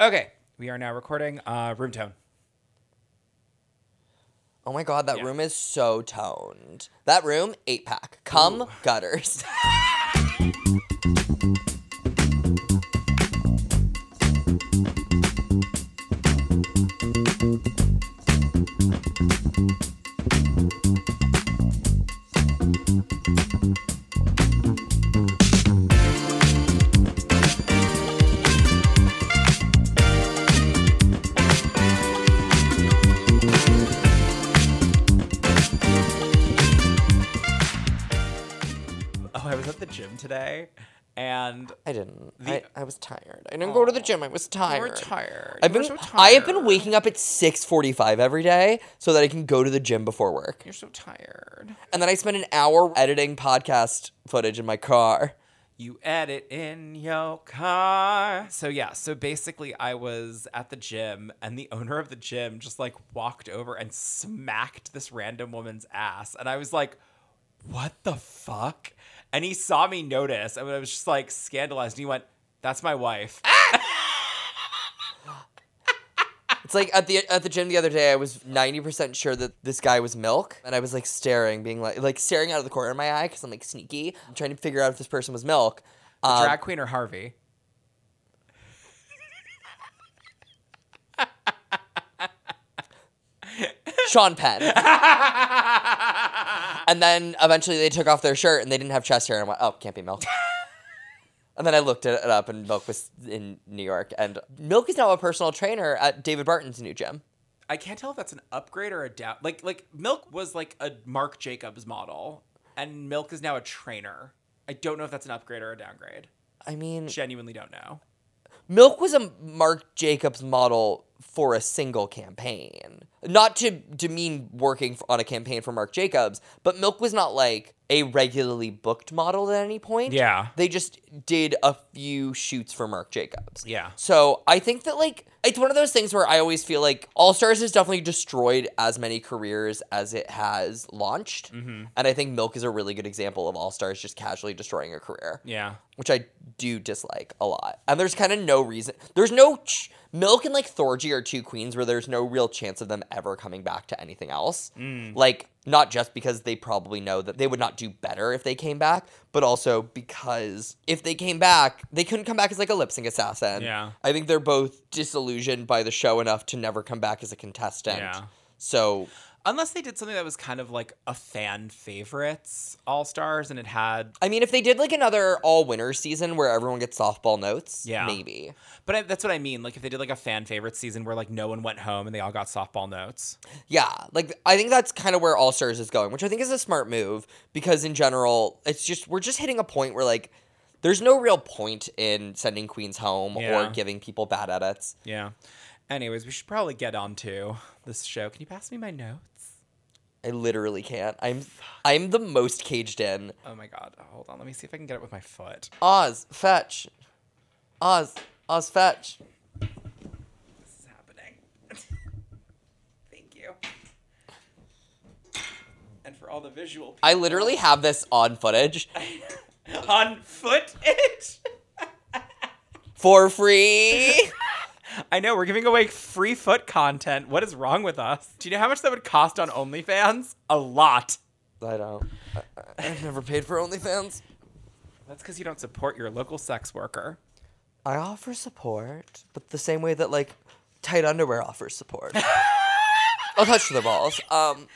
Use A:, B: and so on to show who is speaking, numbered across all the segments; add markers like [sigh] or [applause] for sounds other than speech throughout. A: Okay, we are now recording uh, room tone.
B: Oh my god, that
A: Yeah.
B: room is so toned. That room, eight pack. Come gutters. [laughs]
A: Oh, I was at the gym today, and
B: I didn't.
A: The-
B: I, I was tired. I didn't go to the gym. I was tired.
A: were tired.
B: I've
A: You
B: been
A: were so
B: I have been
A: tired.
B: waking up at 6:45 every day so that I can go to the gym before work.
A: you're so tired.
B: And then I spend an hour editing podcast footage in my car.
A: You edit in your car. So yeah, so basically I was at the gym and the owner of the gym just like walked over and smacked this random woman's ass and I was like, "What the fuck?" And he saw me notice and I was just like scandalized and he went, "That's my wife."
B: It's like at the at the gym the other day, I was ninety percent sure that this guy was milk, and I was like staring, being like like staring out of the corner of my eye because I'm like sneaky. I'm trying to figure out if this person was milk. Um,
A: Drag queen or Harvey? [laughs]
B: Sean Penn. and then eventually they took off their shirt and they didn't have chest hair, and I went, oh, can't be milk. and then I looked it it up, and milk was in New York, and milk is now a personal trainer at David Barton's new gym.
A: I can't tell if that's an upgrade or a down. Like like Milk was like a Marc Jacobs model, and Milk is now a trainer. I don't know if that's an upgrade or a downgrade.
B: I mean,
A: Genuinely don't know.
B: Milk was a Marc Jacobs model for a single campaign. Not to demean working f- on a campaign for Marc Jacobs, but Milk was not like a regularly booked model at any point.
A: Yeah.
B: They just did a few shoots for Marc Jacobs.
A: Yeah.
B: So I think that like it's one of those things where I always feel like All Stars has definitely destroyed as many careers as it has launched. And I think Milk is a really good example of All Stars just casually destroying a career
A: Yeah.
B: which I do dislike a lot. And there's kind of no reason. There's no ch- Milk and like Thorgy are two queens where there's no real chance of them ever coming back to anything else.
A: Mm.
B: Like not just because they probably know that they would not do better if they came back, but also because if they came back, they couldn't come back as like a lip sync assassin.
A: Yeah.
B: I think they're both disillusioned by the show enough to never come back as a contestant.
A: Yeah.
B: So
A: Unless they did something that was kind of like a fan favorites All Stars, and it had.
B: I mean, if they did like another all winner season where everyone gets softball notes,
A: Yeah.
B: maybe.
A: But I, that's what I mean. Like if they did like a fan favorite season where like no one went home and they all got softball notes.
B: Yeah, like I think that's kind of where All Stars is going, which I think is a smart move because in general, it's just we're just hitting a point where like there's no real point in sending queens home
A: Yeah.
B: or giving people bad edits.
A: Yeah. Anyways, we should probably get on to this show. Can you pass me my notes?
B: I literally can't. I'm I'm the most caged in.
A: Oh my god. Hold on. Let me see if I can get it with my foot.
B: Oz, fetch. Oz, Oz, fetch.
A: This is happening. [laughs] Thank you. And for all the visual
B: I literally have this on footage
A: [laughs] on footage.
B: for free.
A: [laughs] I know we're giving away free foot content. What is wrong with us? Do you know how much that would cost on OnlyFans? A lot.
B: I don't. I, I- I've never paid for OnlyFans.
A: That's because you don't support your local sex worker.
B: I offer support, but the same way that like tight underwear offers support. I'll touch the balls. Um,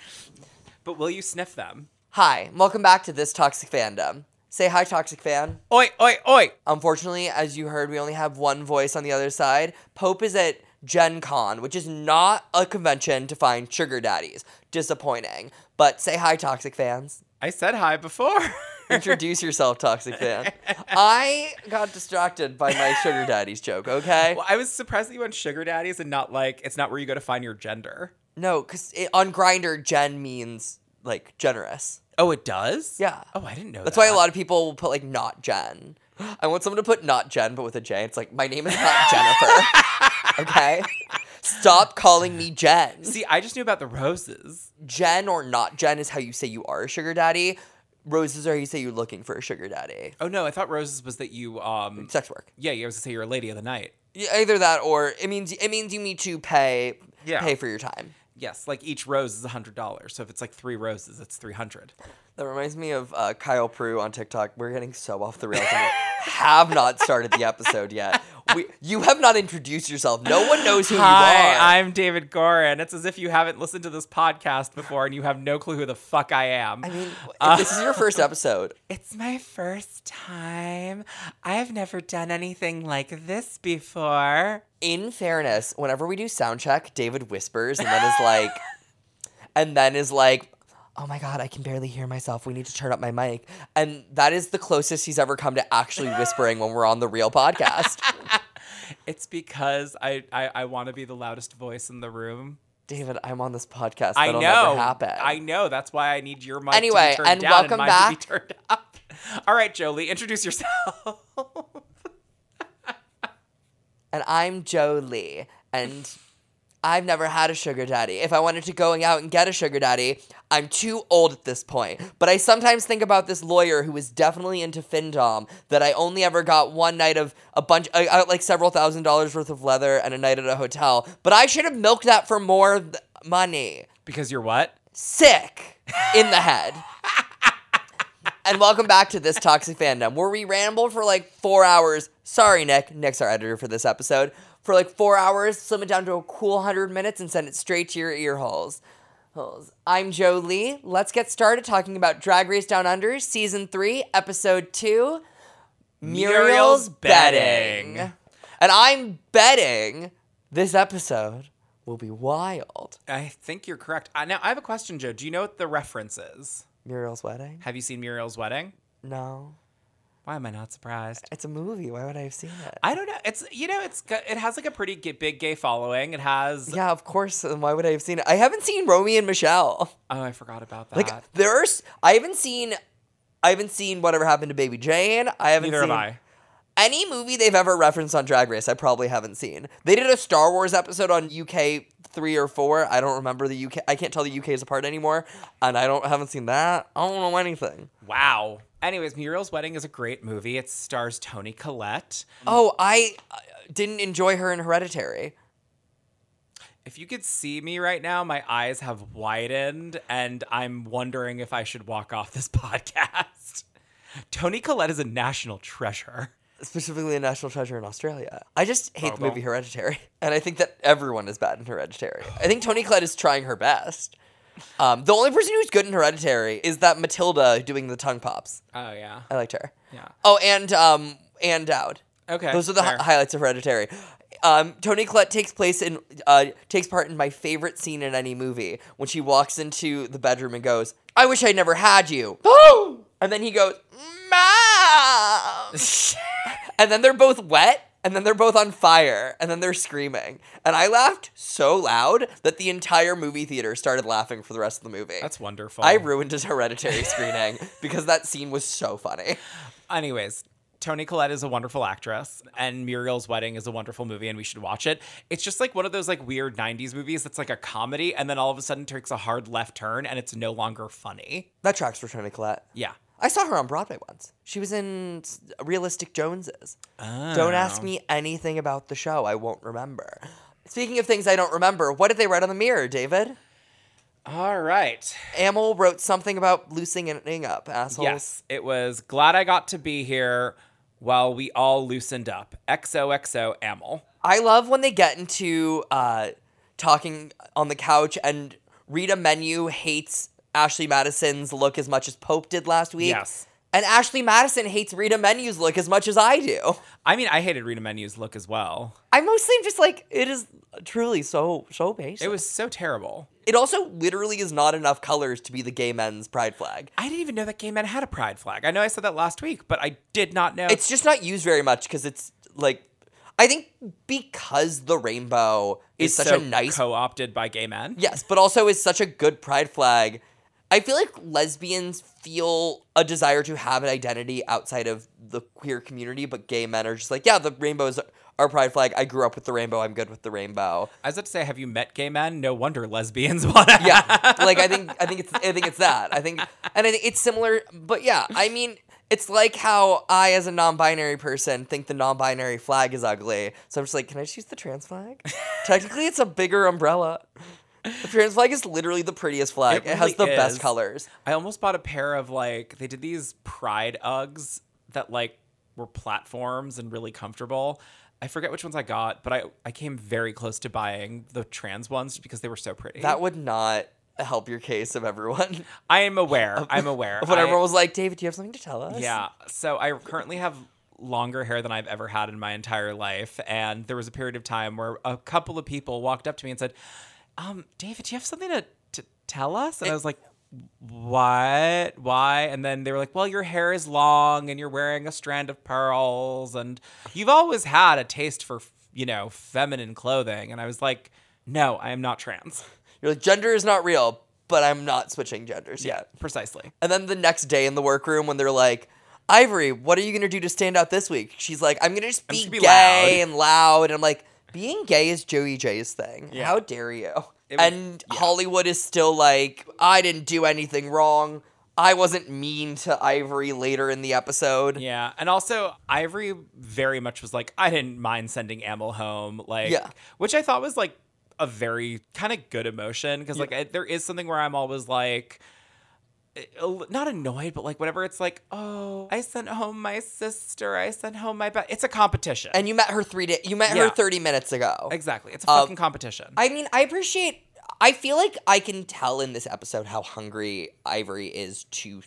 A: But will you sniff them?
B: hi, and welcome back to this toxic fandom. Say hi, toxic fan.
A: Oi, oi, oi!
B: Unfortunately, as you heard, we only have one voice on the other side. Pope is at Gen Con, which is not a convention to find sugar daddies. Disappointing. But say hi, toxic fans.
A: I said hi before. [laughs]
B: Introduce yourself, toxic fan. I got distracted by my sugar daddies joke, okay?
A: well, I was surprised that you went sugar daddies and not like it's not where you go to find your gender.
B: No, because on Grinder, Gen means like generous.
A: Oh, it does.
B: Yeah.
A: Oh, I didn't know.
B: That's why a lot of people will put like not Jen. I want someone to put not Jen, but with a J. It's like my name is [laughs] not Jennifer. okay, stop calling me Jen.
A: See, I just knew about the roses.
B: Jen or not Jen is how you say you are a sugar daddy. Roses are how you say you're looking for a sugar daddy.
A: Oh no, I thought roses was that you um
B: Sex work.
A: yeah, you was to say you're a lady of the night.
B: Yeah, either that or it means it means you need to pay
A: Yeah.
B: pay for your time.
A: Yes, like each rose is hundred dollars. So if it's like three roses, it's three hundred.
B: That reminds me of uh, Kyle Prue on TikTok. We're getting so off the rails. and we have not started the episode yet. We, you have not introduced yourself. No one knows who you are.
A: Hi, I'm David Gorin. It's as if you haven't listened to this podcast before and you have no clue who the fuck I am.
B: I mean, if this is
A: uh,
B: your first episode.
A: It's my first time. I've never done anything like this before.
B: In fairness, whenever we do sound check, David whispers and then is like, and then is like, oh my god, I can barely hear myself. We need to turn up my mic. And that is the closest he's ever come to actually whispering when we're on the
A: [laughs]
B: real podcast.
A: It's because I I, I want to be the loudest voice in the room.
B: David, I'm on this podcast.
A: I
B: That'll
A: know.
B: never happen.
A: I know. That's why I need your mic
B: Anyway,
A: to be turned
B: and
A: down
B: welcome
A: and mine
B: back.
A: to be turned up. [laughs] All right, Jolie, introduce yourself. [laughs]
B: and I'm Jolie, and I've never had a sugar daddy. If I wanted to go out and get a sugar daddy, I'm too old at this point. But I sometimes think about this lawyer who was definitely into findom that I only ever got one night of a bunch, I got like several thousand dollars worth of leather and a night at a hotel. But I should have milked that for more th- money.
A: because you're what?
B: Sick in the head. And welcome back to this toxic fandom where we rambled for like four hours. Sorry, Nick. Nick's our editor for this episode. For like four hours, slim it down to a cool 100 minutes and send it straight to your ear holes. holes. I'm Joe Lee. Let's get started talking about Drag Race Down Under, Season 3, Episode 2 Muriel's,
A: Muriel's
B: betting.
A: Betting.
B: And I'm betting this episode will be wild.
A: I think you're correct. Uh, now I have a question, Joe. Do you know what the reference is?
B: Muriel's wedding?
A: Have you seen Muriel's wedding?
B: No.
A: Why am I not surprised?
B: It's a movie. Why would I have seen it?
A: I don't know. It's you know, it's got- it has like a pretty g- big gay following. It has.
B: Yeah, of course. And why would I have seen it? I haven't seen Romeo and Michelle.
A: Oh, I forgot about that.
B: Like there's, I haven't seen, I haven't seen whatever happened to Baby Jane. I haven't
A: Neither
B: seen
A: have I.
B: any movie they've ever referenced on Drag Race. I probably haven't seen. They did a Star Wars episode on UK three or four. I don't remember the UK. I can't tell the UK's apart anymore, and I don't haven't seen that. I don't know
A: Mm.
B: anything.
A: Wow. Anyways, Muriel's Wedding is a great movie. It stars Tony Collette.
B: Oh, I uh, didn't enjoy her in Hereditary.
A: If you could see me right now, my eyes have widened and I'm wondering if I should walk off this [laughs] podcast. Tony Collette is a national treasure.
B: specifically a national treasure in Australia. I just hate the
A: Bubble.
B: movie Hereditary, [laughs] and I think that everyone is bad in Hereditary. I think Toni Collette is trying her best. Um, the only person who's good in Hereditary is that Matilda doing the tongue pops.
A: Oh yeah.
B: I liked her.
A: Yeah.
B: Oh, and um, and Dowd.
A: Okay.
B: Those are the hi-
A: fair.
B: highlights of Hereditary. Um, Tony Collette takes place in uh, takes part in my favorite scene in any movie when she walks into the bedroom and goes, "I wish I never
A: [gasps]
B: had you,"
A: Oh!
B: and then he goes,
A: [laughs]
B: "Mom." And then they're both wet, and then they're both on fire, and then they're screaming. And I laughed so loud that the entire movie theater started laughing for the rest of the movie.
A: That's wonderful.
B: I ruined
A: [laughs]
B: his hereditary screening because that scene was so funny.
A: Anyways, Tony Collette is a wonderful actress, and Muriel's Wedding is a wonderful movie, and we should watch it. It's just like one of those like weird '90s movies that's like a comedy, and then all of a sudden takes a hard left turn, and it's no longer funny.
B: That tracks for Tony Collette.
A: Yeah.
B: I saw her on Broadway once. She was in s- Realistic Joneses. Don't
A: Oh.
B: ask me anything about the show. I won't remember. Speaking of things I don't remember, what did they write on the mirror, David?
A: All right.
B: Amel wrote something about loosening up, assholes.
A: Yes, it was glad I got to be here while we all loosened up. XOXO Amel.
B: I love when they get into uh, talking on the couch and Rita Menu hates Ashley Madison's look as much as Pope did last week.
A: Yes.
B: And Ashley Madison hates Rita Menu's look as much as I do.
A: I mean, I hated Rita Menu's look as well.
B: I mostly am just like, it is truly so so basic.
A: It was so terrible.
B: It also literally is not enough colors to be the gay men's pride flag.
A: I didn't even know that gay men had a pride flag. I know I said that last week, but I did not know.
B: It's just not used very much because it's like, I think because the rainbow is such
A: so
B: a nice
A: co-opted by gay men.
B: Yes, but also is such a good pride flag. I feel like lesbians feel a desire to have an identity outside of the queer community, but gay men are just like, yeah, the rainbow is our pride flag. I grew up with the rainbow. I'm good with the rainbow.
A: I was about to say, have you met gay men? No wonder lesbians [laughs] want to.
B: Yeah, like I think I think it's I think it's that. I think and I think it's similar, but yeah, I mean, It's like how I, as a non-binary person, think the non-binary flag is ugly. So I'm just like, can I just use the trans flag? Technically, it's a bigger umbrella. The trans flag is literally the prettiest flag. It,
A: It
B: has the
A: really
B: best
A: is.
B: colors.
A: I almost bought a pair of like they did these Pride Uggs that like were platforms and really comfortable. I forget which ones I got, but I I came very close to buying the trans ones because they were so pretty.
B: That would not help your case of everyone.
A: I am aware. I'm aware.
B: [laughs] Of when
A: I-
B: everyone was like, David, do you have something to tell us?
A: Yeah. So I currently have longer hair than I've ever had in my entire life. And there was a period of time where a couple of people walked up to me and said, um, David, do you have something to, to tell us? And I was like, what? Why? And then they were like, well, your hair is long and you're wearing a strand of pearls and you've always had a taste for, you know, feminine clothing. And I was like, no, I am not trans. [laughs]
B: You're like, gender is not real, but I'm not switching genders yet.
A: Precisely.
B: And then the next day in the workroom when they're like, Ivory, what are you gonna do to stand out this week? She's like, I'm gonna just be,
A: just gonna be
B: gay
A: loud."
B: and loud. And I'm like, being gay is Joey J's thing.
A: Yeah.
B: How dare you?
A: It was-
B: and Hollywood is still like, I didn't do anything wrong. I wasn't mean to Ivory later in the episode.
A: Yeah, and also Ivory very much was like, I didn't mind sending Amel home, like,
B: Yeah.
A: which I thought was like a very kind of good emotion because like I, there is something where I'm always like. eh, a- Not annoyed, but like whenever it's like, oh, I sent home my sister, I sent home my best. It's a competition.
B: And you met her three days. You met her
A: Yeah.
B: 30 minutes ago.
A: exactly, it's a
B: Uh,
A: fucking competition.
B: I mean, I appreciate. I feel like I can tell in this episode how hungry Ivory is to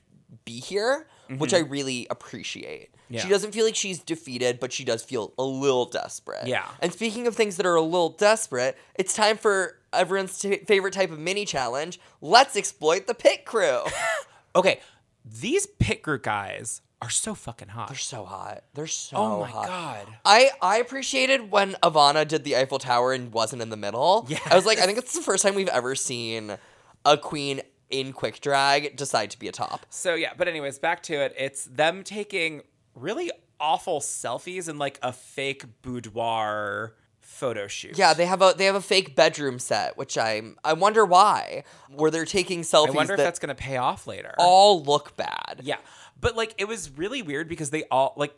B: be here, which I really appreciate.
A: Mm-hmm. Yeah.
B: She doesn't feel like she's defeated, but she does feel a little desperate.
A: Yeah.
B: And speaking of things that are a little desperate, it's time for everyone's t- favorite type of mini challenge. Let's exploit the pit crew. [laughs]
A: okay, these pit group guys are so fucking hot.
B: They're so hot. They're so
A: oh my
B: hot.
A: god.
B: I, I appreciated when Ivana did the Eiffel Tower and wasn't in the middle. I was like, I think it's the first time we've ever seen a queen in quick drag decide to be a top.
A: So yeah, but anyways, back to it. It's them taking really awful selfies in like a fake boudoir photo shoot.
B: Yeah, they have a they have a fake bedroom set, which I'm I wonder why. Where they're taking selfies
A: I wonder if
B: that
A: that's gonna pay off later.
B: all look bad.
A: yeah, but like it was really weird because they all like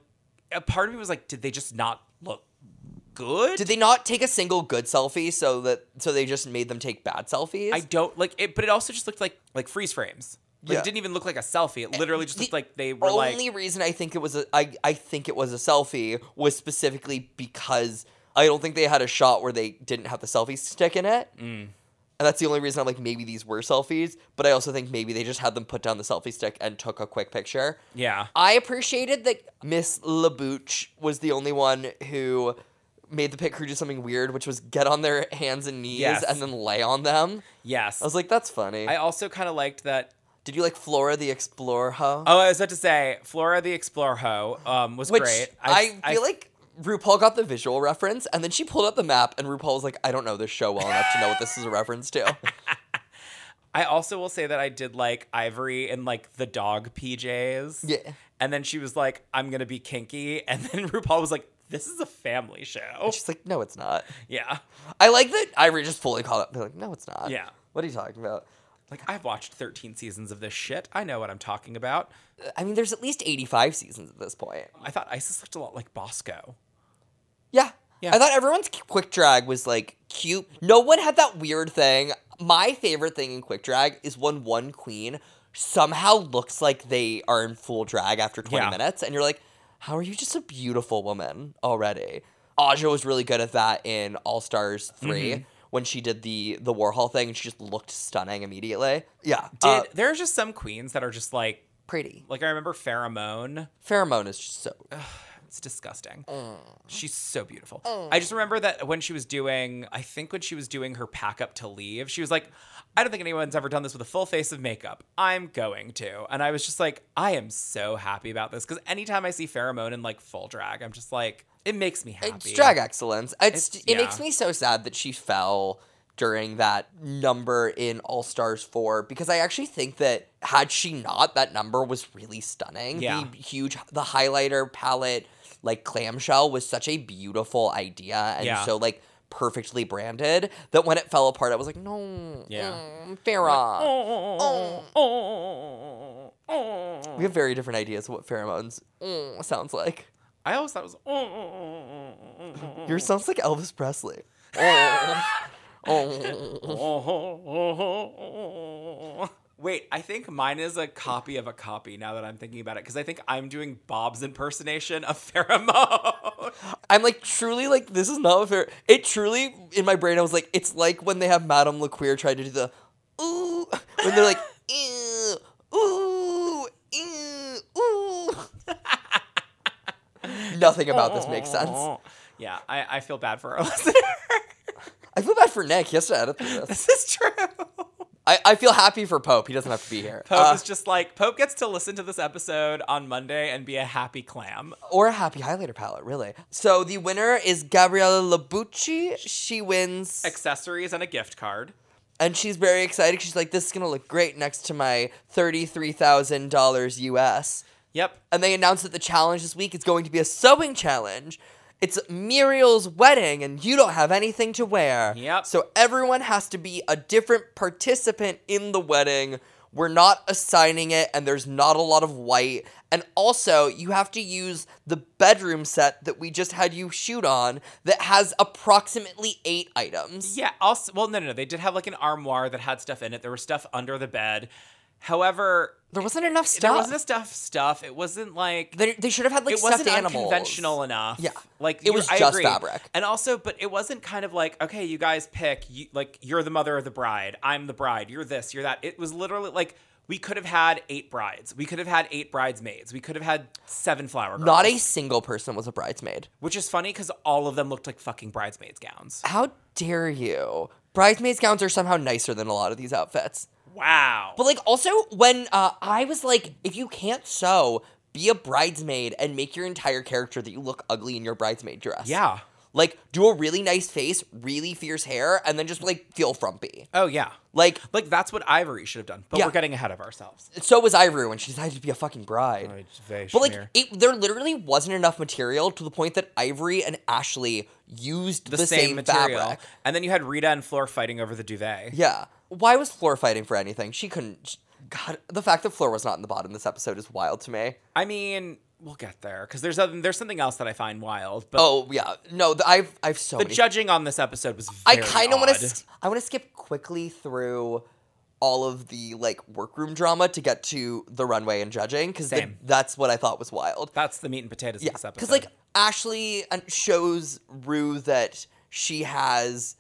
A: a part of me was like, did they just not look good?
B: Did they not take a single good selfie so that so they just made them take bad selfies?
A: I don't like it, but it also just looked like like freeze frames. Like,
B: Yeah. Eh,
A: It didn't even look like a selfie. It literally just
B: the
A: looked like they were like
B: only reason I think it was a I I think it was a selfie was specifically because I don't think they had a shot where they didn't have the selfie stick in it.
A: Mm.
B: And that's the only reason I'm like maybe these were selfies, but I also think maybe they just had them put down the selfie stick and took a quick picture.
A: yeah.
B: I appreciated that Miss LaBooch was the only one who made the pit crew do something weird, which was get on their hands and knees
A: Yes.
B: and then lay on them.
A: Yes.
B: I was like, that's funny.
A: I also kind of liked that
B: Did you like Flora the Explorer? Huh?
A: Oh, I was about to say, Flora the Explorer Ho um, was
B: Which
A: great.
B: I, feel like RuPaul got the visual reference, and then she pulled up the map, and RuPaul was like, "I don't know this show well enough to know what this is a reference to." [laughs]
A: I also will say that I did like Ivory in like the dog PJs.
B: Yeah.
A: And then she was like, I'm going to be kinky. [laughs] And then RuPaul was like, this is a family show.
B: She's like, "No, it's not."
A: Yeah.
B: I like that Ivory just fully called up. They're like, "No, it's not."
A: Yeah.
B: What are you talking about?
A: Like, I've watched 13 seasons of this shit. I know what I'm talking about.
B: I mean, there's at least 85 seasons at this point.
A: I thought Isis looked a lot like Bosco.
B: Yeah.
A: Yeah.
B: I thought everyone's quick drag was like cute. No one had that weird thing. My favorite thing in quick drag is when one queen somehow looks like they are in full drag after 20
A: Yeah.
B: minutes and you're like, "How are you just a beautiful woman already?" Aja was really good at that in All Stars 3
A: Mm-hmm.
B: when she did the the Warhol thing and she just looked stunning immediately. Yeah.
A: Did
B: uh,
A: there are just some queens that are just like,
B: pretty.
A: like I remember Pheromone.
B: Pheromone is just so
A: It's disgusting. She's so beautiful. I just remember that when she was doing, I think when she was doing her pack up to leave, she was like, I don't think anyone's ever done this with a full face of makeup. I'm going to. And I was just like, I am so happy about this. Cause anytime I see pheromone in like full drag, I'm just like, it makes me happy.
B: It's drag excellence. It's,
A: It's-
B: it makes
A: yeah.
B: me so sad that she fell during that number in All Stars 4 because I actually think that had she not, that number was really stunning.
A: Yeah.
B: The huge, the highlighter palette, like clamshell, was such a beautiful idea and
A: Yeah.
B: so like perfectly branded that when it mm, fell apart, I was like, no,
A: Yeah.
B: mm, Farrah.
A: Oh, oh, Oh.
B: We have very different ideas of what pheromones mm, sounds like.
A: I always thought it was. "Oh, oh, oh, oh,
B: Yours sounds like Elvis Presley. Mm. Mm.
A: oh, oh, oh, oh." [laughs] Wait, I think mine is a copy of a copy now that I'm thinking about it because I think I'm doing Bob's impersonation of [laughs] pheromone.
B: I'm like truly like this is not fair. It truly in my brain I was like it's like when they have Madame LeQueer try to do the ooh when
A: [laughs]
B: they're like ew, ooh ew, ooh. Nothing about this makes sense.
A: [laughs] Yeah, I, I feel bad for our [laughs] listener.
B: I feel bad for Nick. He has to edit this.
A: this is true.
B: I, I feel happy for Pope. He doesn't have to be here.
A: Pope
B: Uh,
A: is just like Pope gets to listen to this episode on Monday and be a happy clam.
B: Uh, or a happy highlighter palette, really. So the winner is Gabriella Labucci. She wins.
A: Accessories and a gift card.
B: And she's very excited. She's like, this is going to look great next to my $33,000 US.
A: Yep.
B: And they announced that the challenge this week is going to be a sewing challenge. It's Muriel's wedding, and you don't have anything to wear.
A: Yep.
B: So everyone has to be a different participant in the wedding. We're not assigning it, and there's not a lot of white. And also, you have to use the bedroom set that we just had you shoot on that has approximately eight items.
A: Yeah. Also, well, no, no, no. They did have like an armoire that had stuff in it. There was stuff under the bed. However,
B: There wasn't enough stuff.
A: there wasn't enough stuff. It wasn't like
B: They, they should have had like
A: it
B: stuffed
A: wasn't
B: animals.
A: unconventional enough.
B: Yeah.
A: like
B: It
A: you-
B: was
A: I
B: just
A: agree.
B: fabric.
A: and also, but it wasn't kind of like okay, you guys pick. You, like you're the mother of the bride. I'm the bride. You're this. You're that. It was literally like we could have had eight brides. We could have had eight bridesmaids. We could have had seven flower girls.
B: Not a single person was a bridesmaid.
A: which is funny because all of them looked like fucking bridesmaids gowns.
B: How dare you? Bridesmaids gowns are somehow nicer than a lot of these outfits.
A: Wow.
B: But like also when uh, I was like, if you can't sew, be a bridesmaid and make your entire character that you look ugly in your bridesmaid dress.
A: yeah.
B: Like do a really nice face, really fierce hair, and then just like feel frumpy.
A: Oh yeah.
B: Like
A: Like that's what Ivory should have done. But
B: Yeah.
A: we're getting ahead of ourselves.
B: so was Ivory when she decided to be a fucking bride. But like it, there literally wasn't enough material to the point that Ivory and Ashley used the, same, fabric.
A: And then you had Rita and Floor fighting over the duvet.
B: Yeah. Why was Floor fighting for anything? She couldn't. sh- God, the fact that Floor was not in the bottom this episode is wild to me.
A: I mean, we'll get there because there's other, there's something else that I find wild. But
B: Oh yeah, no, the, I've I've so
A: the
B: many.
A: judging on this episode was.
B: I
A: very
B: kind of want
A: odd.
B: to. I want to skip quickly through all of the like workroom drama to get to the runway and judging because
A: Same.
B: that's what I thought was wild.
A: That's the meat and potatoes of this
B: Yeah,
A: episode.
B: because like Ashley uh, shows Rue that she has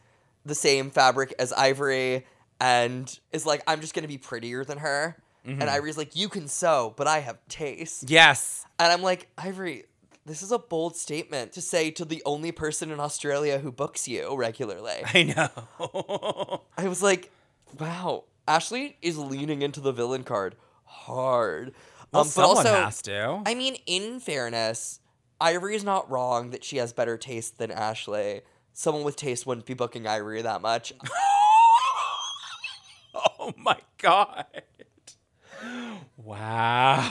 B: the same fabric as Ivory, and is like, "I'm just gonna be prettier than her."
A: Mm-hmm.
B: And Ivory's like, "You can sew, but I have taste."
A: yes,
B: And I'm like, Ivory, this is a bold statement to say to the only person in Australia who books you regularly.
A: I
B: [laughs]
A: Um, know.
B: I was like, wow, Ashley is leaning into the villain card hard.
A: well,
B: um, but
A: someone
B: also,
A: has to.
B: I mean, in fairness, Ivory is not wrong that she has better taste than Ashley. Someone with taste wouldn't be booking Ivory that much.
A: [laughs] oh my god. [laughs] Wow.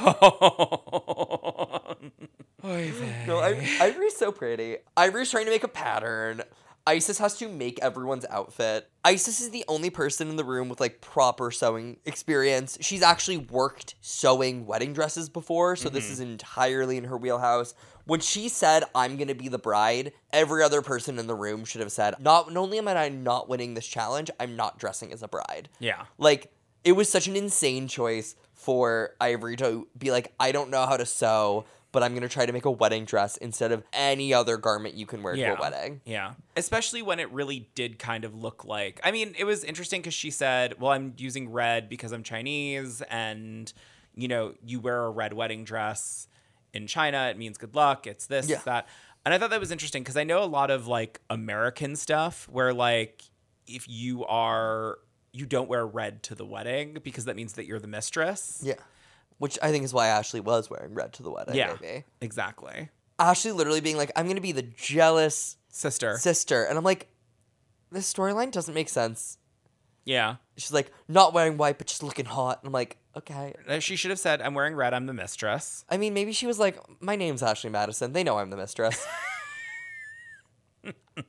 A: Oy vey.
B: No, I, Ivory's so pretty. Ivory's trying to make a pattern. Isis has to make everyone's outfit. Isis is the only person in the room with like proper sewing experience. She's actually worked sewing wedding dresses before, so this is entirely in her wheelhouse. When she said, I'm gonna be the bride, every other person in the room should have said, Not, not only am I not winning this challenge, I'm not dressing as a bride.
A: yeah.
B: Like, it was such an insane choice for Ivory to be like, I don't know how to sew, but I'm gonna try to make a wedding dress instead of any other garment you can wear to a wedding.
A: Yeah. Especially when it really did kind of look like. I mean, it was interesting because she said, well, I'm using red because I'm Chinese and, you know, you wear a red wedding dress in China. It means good luck. It's this,
B: Yeah.
A: it's that. And I thought that was interesting because I know a lot of like American stuff where, like, if you are, you don't wear red to the wedding because that means that you're the mistress.
B: Yeah. Which I think is why Ashley was wearing red to the wedding,
A: Yeah.
B: maybe.
A: Exactly.
B: Ashley literally being like, I'm gonna be the jealous
A: Sister.
B: sister. And I'm like, this storyline doesn't make sense.
A: yeah.
B: She's like, not wearing white, but just looking hot. And I'm like, okay.
A: Uh, She should have said, I'm wearing red. I'm the mistress.
B: I mean, maybe she was like, "My name's Ashley Madison. They know I'm the mistress."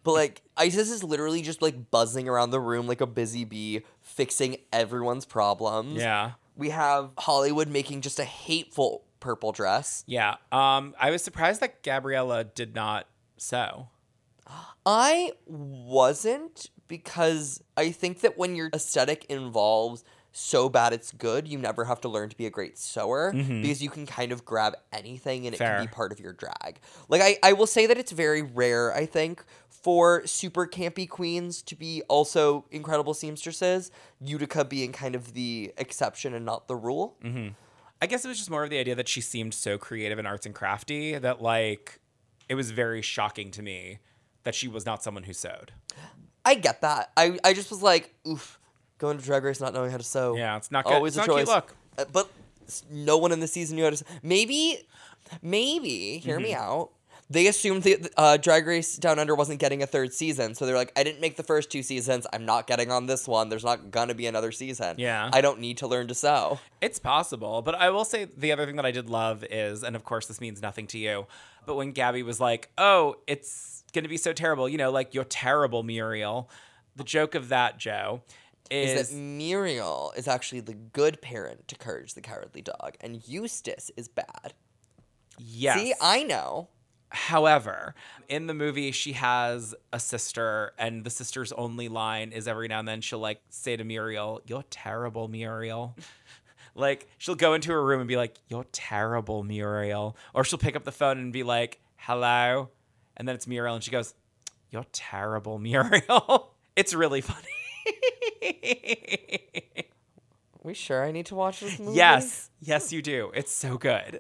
B: but like, Isis is literally just like buzzing around the room like a busy bee, fixing everyone's problems.
A: Yeah.
B: We have Hollywood making just a hateful purple dress.
A: Yeah. Um, I was surprised that Gabriella did not sew.
B: I wasn't because I think that when your aesthetic involves so bad it's good, you never have to learn to be a great sewer because you can kind of grab anything and it
A: Mm-hmm. Fair.
B: can be part of your drag. Like, I, I will say that it's very rare, I think, for super campy queens to be also incredible seamstresses, Utica being kind of the exception and not the rule.
A: Mm-hmm. I guess it was just more of the idea that she seemed so creative and arts and crafty that like it was very shocking to me that she was not someone who sewed.
B: I get that. I, I just was like, oof, going to drag race not knowing how to sew.
A: Yeah, it's not good.
B: Always
A: It's
B: a
A: not a
B: choice.
A: cute look.
B: Uh, but s- no one in the season knew how to. s- Maybe, maybe hear
A: Mm-hmm.
B: me out. They assumed that uh, Drag Race Down Under wasn't getting a third season, so they're like, "I didn't make the first two seasons. I'm not getting on this one. There's not gonna be another season.
A: Yeah.
B: I don't need to learn to sew."
A: It's possible, but I will say the other thing that I did love is, and of course this means nothing to you, but when Gabby was like, "Oh, it's gonna be so terrible," you know, like you're terrible, Muriel. The joke of that, Joe,
B: Is,
A: is,
B: that Muriel is actually the good parent to Courage the Cowardly Dog, and Eustace is bad.
A: yes.
B: See, I know.
A: However, in the movie, she has a sister, and the sister's only line is every now and then she'll like say to Muriel, You're terrible, Muriel. [laughs] like she'll go into her room and be like, You're terrible, Muriel. Or she'll pick up the phone and be like, Hello. And then it's Muriel, and she goes, You're terrible, [laughs] Muriel. it's really [laughs] funny.
B: We sure I need to watch this movie?
A: yes. Yes, you do. It's so good.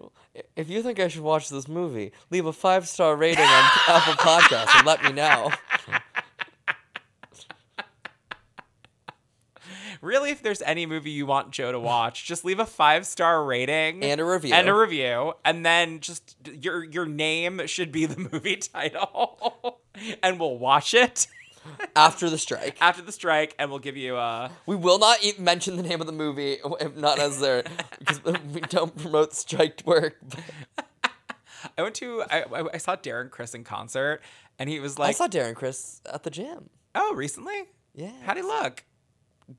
B: If you think I should watch this movie, leave a five star rating [laughs] on Apple Podcasts and let me know.
A: Really, if there's any movie you want Joe to watch, just leave a five star rating
B: And a review.
A: and a review, and then just your your name should be the [laughs] movie title, [laughs] and we'll watch it
B: After the strike,
A: after the strike, and we'll give you uh, a
B: we will not e- mention the name of the movie if not [laughs] necessary because we don't promote striked work. But
A: I went to I, I- I saw Darren Chris in concert, and he was
B: I
A: like,
B: saw Darren Chris at the gym.
A: "Oh, recently?
B: Yeah,
A: How'd he look?"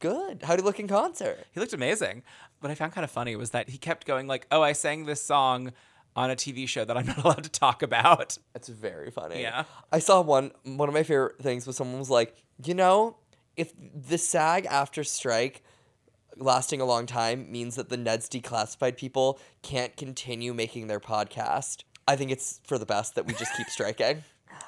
B: good. How'd he look in concert?
A: He looked amazing. What I found kind of funny was that he kept going like, "Oh, I sang this song." On a TV show that I'm not [laughs] allowed to talk about.
B: That's very funny.
A: Yeah.
B: I saw one one of my favorite things was someone was like, you know, if the SAG after strike lasting a long time means that the Ned's declassified people can't continue making their podcast, I think it's for the best that we just
A: [laughs]
B: keep striking.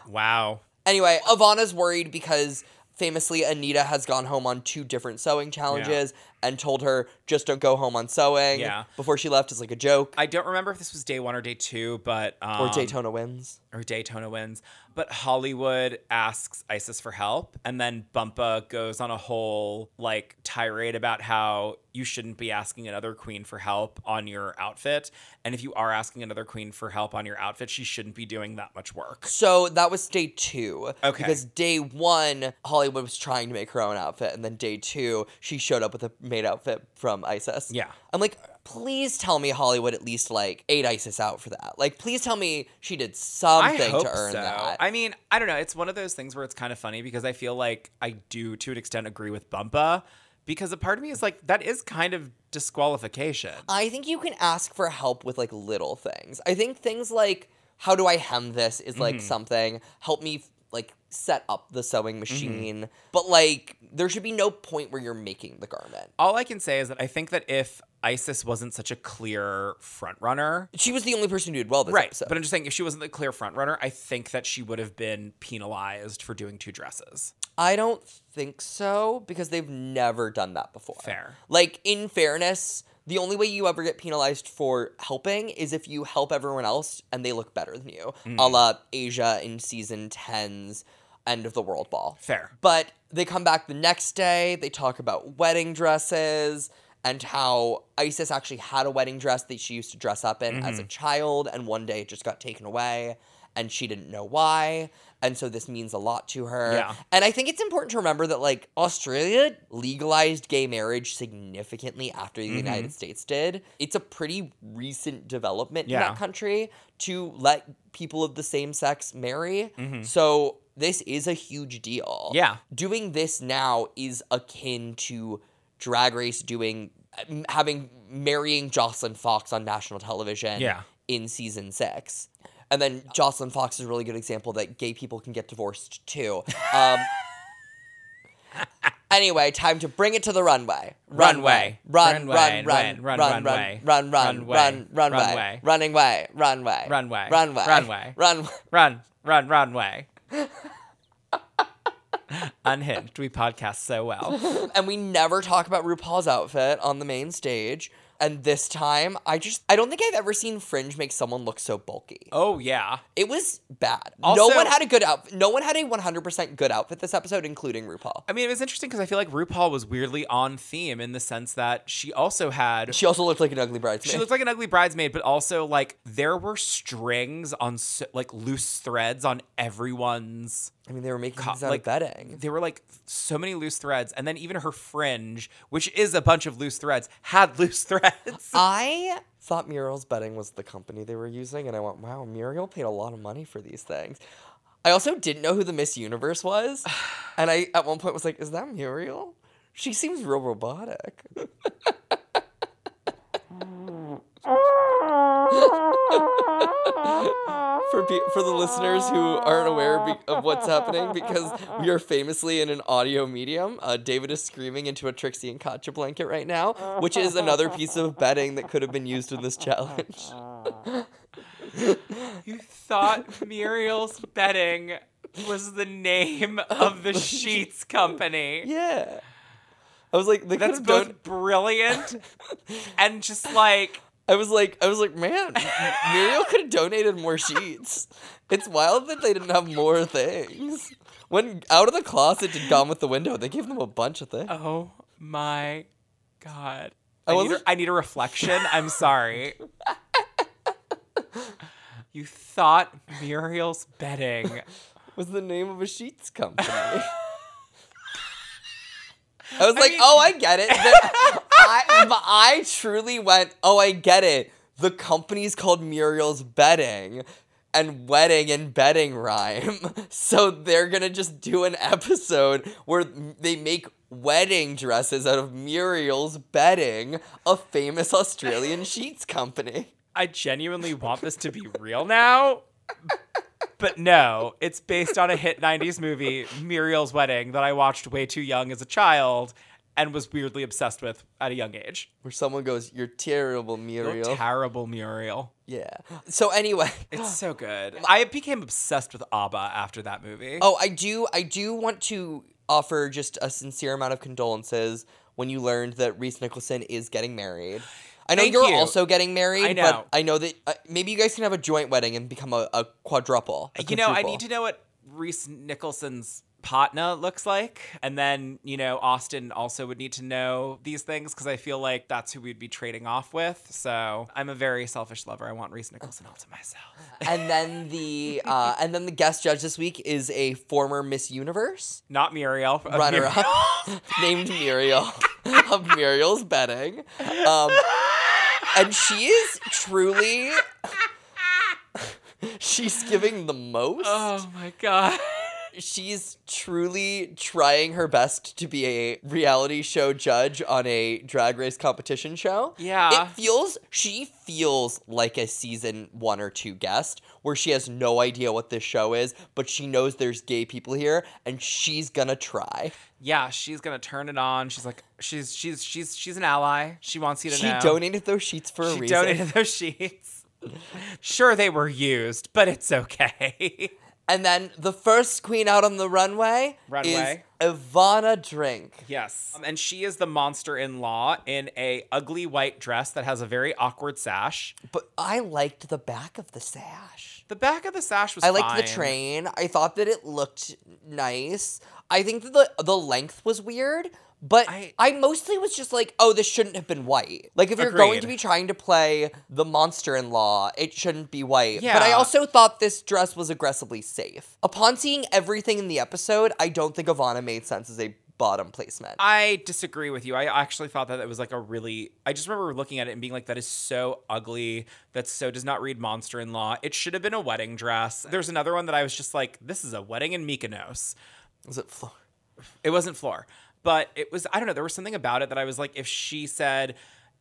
A: Wow.
B: Anyway, Ivana's worried because famously Anita has gone home on two different sewing challenges and told her just don't go home on sewing
A: Yeah.
B: before she left as like a joke.
A: I don't remember if this was day one or day two, but um,
B: or Daytona wins.
A: or Daytona wins, but Hollywood asks Isis for help, and then Bumpa goes on a whole like tirade about how you shouldn't be asking another queen for help on your outfit, and if you are asking another queen for help on your outfit, she shouldn't be doing that much work.
B: So that was day two.
A: Okay.
B: Because day one, Hollywood was trying to make her own outfit, and then day two, she showed up with a made outfit from ISIS.
A: Yeah.
B: I'm like, please tell me Hollywood at least like ate ISIS out for that. Like, please tell me she did something
A: I hope
B: to earn
A: so.
B: that.
A: I mean, I don't know. It's one of those things where it's kind of funny because I feel like I do, to an extent, agree with Bumpa because a part of me is like that is kind of disqualification.
B: I think you can ask for help with like little things. I think things like how do I hem this is
A: Mm-hmm.
B: like something. Help me like set up the sewing machine. But like there should be no point where you're making the garment.
A: All I can say is that I think that if Isis wasn't such a clear front runner,
B: She was the only person who did well this
A: right?
B: episode.
A: But I'm just saying, if she wasn't the clear front runner, I think that she would have been penalized for doing two dresses.
B: I don't think so because they've never done that before.
A: Fair.
B: Like in fairness, the only way you ever get penalized for helping is if you help everyone else and they look better than you, a la Asia in season 10's End of the World Ball.
A: Fair.
B: But they come back the next day, they talk about wedding dresses and how Isis actually had a wedding dress that she used to dress up in
A: Mm-hmm.
B: as a child, and one day it just got taken away and she didn't know why. And so this means a lot to her.
A: Yeah.
B: And I think it's important to remember that like Australia legalized gay marriage significantly after the
A: Mm-hmm.
B: United States did. It's a pretty recent development in
A: Yeah.
B: that country to let people of the same sex marry.
A: Mm-hmm.
B: So this is a huge deal.
A: Yeah.
B: Doing this now is akin to drag race doing m- having marrying Jocelyn Fox on national television
A: Yeah.
B: in season six. And then Jocelyn Fox is a really good example that gay people can get divorced too. Um, [laughs] anyway, time to bring it to the runway.
A: Runway.
B: Run,
A: Runway.
B: run,
A: Run,
B: run, run,
A: run,
B: run, run,
A: runway.
B: run, run,
A: Runway.
B: run,
A: Runway.
B: runway. Running way, runway.
A: Runway.
B: Runway.
A: Runway.
B: Runway.
A: Run, run, runway. [laughs] Unhinged. We podcast so well.
B: and we never talk about RuPaul's outfit on the main stage. And this time, I just I don't think I've ever seen Fringe make someone look so bulky.
A: Oh yeah.
B: It was bad.
A: Also-
B: no one had a good outfit. No one had a 100% good outfit this episode, including RuPaul.
A: I mean, it was interesting because I feel like RuPaul was weirdly on theme in the sense that she also had
B: She also looked like an ugly
A: She
B: bridesmaid.
A: looked like an ugly bridesmaid, but also like there were strings on so, like loose threads on everyone's.
B: I mean, they were making things out
A: like-
B: of bedding.
A: There were like so many loose threads, and then even her fringe, which is a bunch of loose threads, had [laughs] loose threads.
B: I thought Muriel's bedding was the company they were using, and I went, wow, Muriel paid a lot of money for these things. I also didn't know who the Miss Universe
A: [sighs]
B: was, and I at one point was like, is that Muriel? She seems real robotic. for pe- for the listeners who aren't aware be- of what's happening because we are famously in an audio medium. Uh, David is screaming into a Trixie and Katja blanket right now, which is another piece of bedding that could have been used in this
A: [laughs]
B: challenge.
A: Oh,
B: [laughs]
A: you thought Muriel's bedding was the name of the sheets company.
B: yeah, I was like, they could
A: That's
B: have done.
A: both
B: [laughs]
A: brilliant and just like
B: I was like, I was like, man, Muriel could have donated more sheets. It's wild that they didn't have more things. When out of the closet did Gone with the Window, they gave them a bunch of things.
A: Oh my god.
B: I
A: I, need a,
B: wasn't-
A: I need a reflection. I'm
B: [laughs]
A: sorry. you thought Muriel's bedding.
B: was the name of a sheets
A: [laughs]
B: company. I was like,
A: mean-
B: oh, I get it. The- I, but I truly went, oh, I get it. The company's called Muriel's Bedding, and wedding and bedding rhyme. [laughs] So they're gonna just do an episode where they make wedding dresses out of Muriel's Bedding, a famous Australian sheets company.
A: I genuinely want this to be real now. But no, it's based on a hit 90s movie, Muriel's Wedding, that I watched way too young as a child and was weirdly obsessed with at a young age.
B: Where someone goes, "You're terrible,
A: You're
B: Muriel."
A: Terrible Muriel.
B: yeah. So anyway,
A: It's so
B: [gasps]
A: good. I became obsessed with ABBA after that movie.
B: Oh, I do. I do want to offer just a sincere amount of condolences when you learned that Reese Nicholson is getting married. I know
A: Thank
B: you're
A: you.
B: also getting married,
A: I know.
B: but I know that uh, maybe you guys can have a joint wedding and become a, a quadruple. a
A: you know, I
B: quadruple.
A: need to know what Reese Nicholson's partner looks like. And then, you know, Austin also would need to know these things because I feel like that's who we'd be trading off with. So I'm a very selfish lover. I want Reese Nicholson all to
B: [laughs]
A: myself.
B: and then the
A: [laughs]
B: uh, and then the guest judge this week is a former Miss Universe
A: Not Muriel. uh,
B: runner
A: Muriel.
B: up named Muriel [laughs] of Muriel's Betting, um, and she is truly. [laughs] She's giving the most.
A: [laughs] Oh my God.
B: [laughs] she's truly trying her best to be a reality show judge on a drag race competition show.
A: Yeah.
B: It feels she feels like a season 1 or 2 guest where she has no idea what this show is, but she knows there's gay people here and she's going to try.
A: Yeah, she's gonna turn it on. She's like, she's she's she's she's an ally. She wants you to
B: She
A: know.
B: donated those sheets for a
A: She
B: reason.
A: donated [laughs] those sheets. sure, they were used, but it's okay.
B: [laughs]
A: [laughs]
B: And then the first queen out on the runway,
A: Runway.
B: is Ivana Drink.
A: Yes. Um, and she is the monster in law in a ugly white dress that has a very awkward sash.
B: But I liked the back of the sash.
A: The back of the sash was
B: I liked the
A: fine.
B: train. I thought that it looked nice. I think that the the length was weird, but
A: I-
B: I, mostly was just like, oh, this shouldn't have been white. Like if you're going to
A: Agreed.
B: be trying to play the monster in law, it shouldn't be white. But I
A: Yeah.
B: also thought this dress was aggressively safe. Upon seeing everything in the episode, I don't think Ivana made sense as a bottom placement.
A: I disagree with you. I actually thought that it was like a really. I just remember looking at it and being like, "That is so ugly. That so does not read monster in law. It should have been a wedding dress." There's another one that I was just like, "This is a wedding in Mykonos."
B: was it floor?
A: It wasn't floor. But it was, I don't know, there was something about it that I was like, if she said,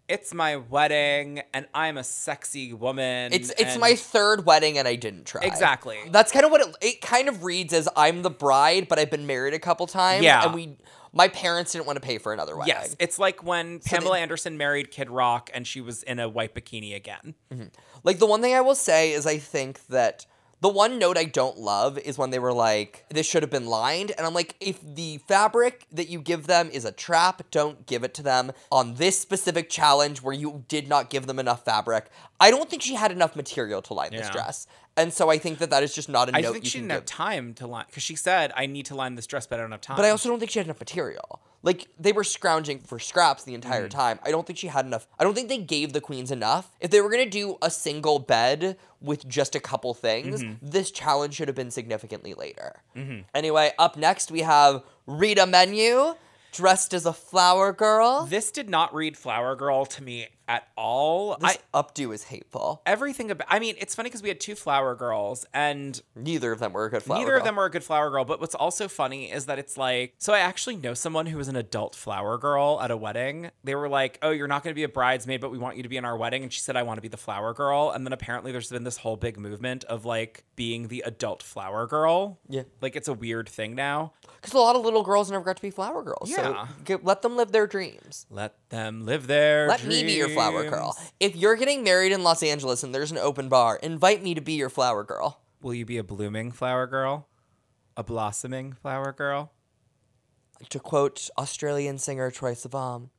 A: it's my wedding and I'm a sexy woman.
B: It's it's
A: and-
B: my third wedding and I didn't try.
A: Exactly.
B: That's kind of what it, it kind of reads as I'm the bride, but I've been married a couple times.
A: Yeah.
B: And we my parents didn't want to pay for another wedding.
A: Yes, it's like when Pamela Anderson married Kid Rock and she was in a white bikini again.
B: Like the one thing I will say is I think that the one note I don't love is when they were like, this should have been lined. And I'm like, if the fabric that you give them is a trap, don't give it to them on this specific challenge where you did not give them enough fabric. I don't think she had enough material to line this
A: Yeah.
B: dress. And so I think that that is just not a
A: I
B: note
A: think
B: you
A: she
B: can
A: didn't
B: give.
A: have time to line because she said, "I need to line this dress, but I don't have time."
B: But I also don't think she had enough material. Like they were scrounging for scraps the entire
A: Mm.
B: time. I don't think she had enough. I don't think they gave the queens enough. If they were gonna do a single bed with just a couple things,
A: Mm-hmm.
B: this challenge should have been significantly later. Anyway, up next we have Rita Menu dressed as a flower girl. This,
A: this did not read Flower Girl to me at all. I
B: updo is hateful.
A: everything about. I mean, it's funny because we had two Flower Girls, and
B: Neither of them were a good flower
A: neither
B: girl.
A: of them were a good Flower Girl. But what's also funny is that it's like, so I actually know someone who was an adult Flower Girl at a wedding. They were like, "Oh, you're not going to be a bridesmaid, but we want you to be in our wedding," and she said, "I want to be the Flower Girl." And then apparently, there's been this whole big movement of like being the adult Flower Girl.
B: Yeah.
A: like it's a weird thing now.
B: because a lot of little girls never got to be flower girls.
A: Yeah.
B: So g- let them live their dreams.
A: Let them live their.
B: Let me be your flower girl.
A: dreams.
B: If you're getting married in Los Angeles and there's an open bar, invite me to be your flower girl.
A: Will you be a blooming flower girl? A blossoming flower girl?
B: To quote Australian singer Troy Sivan,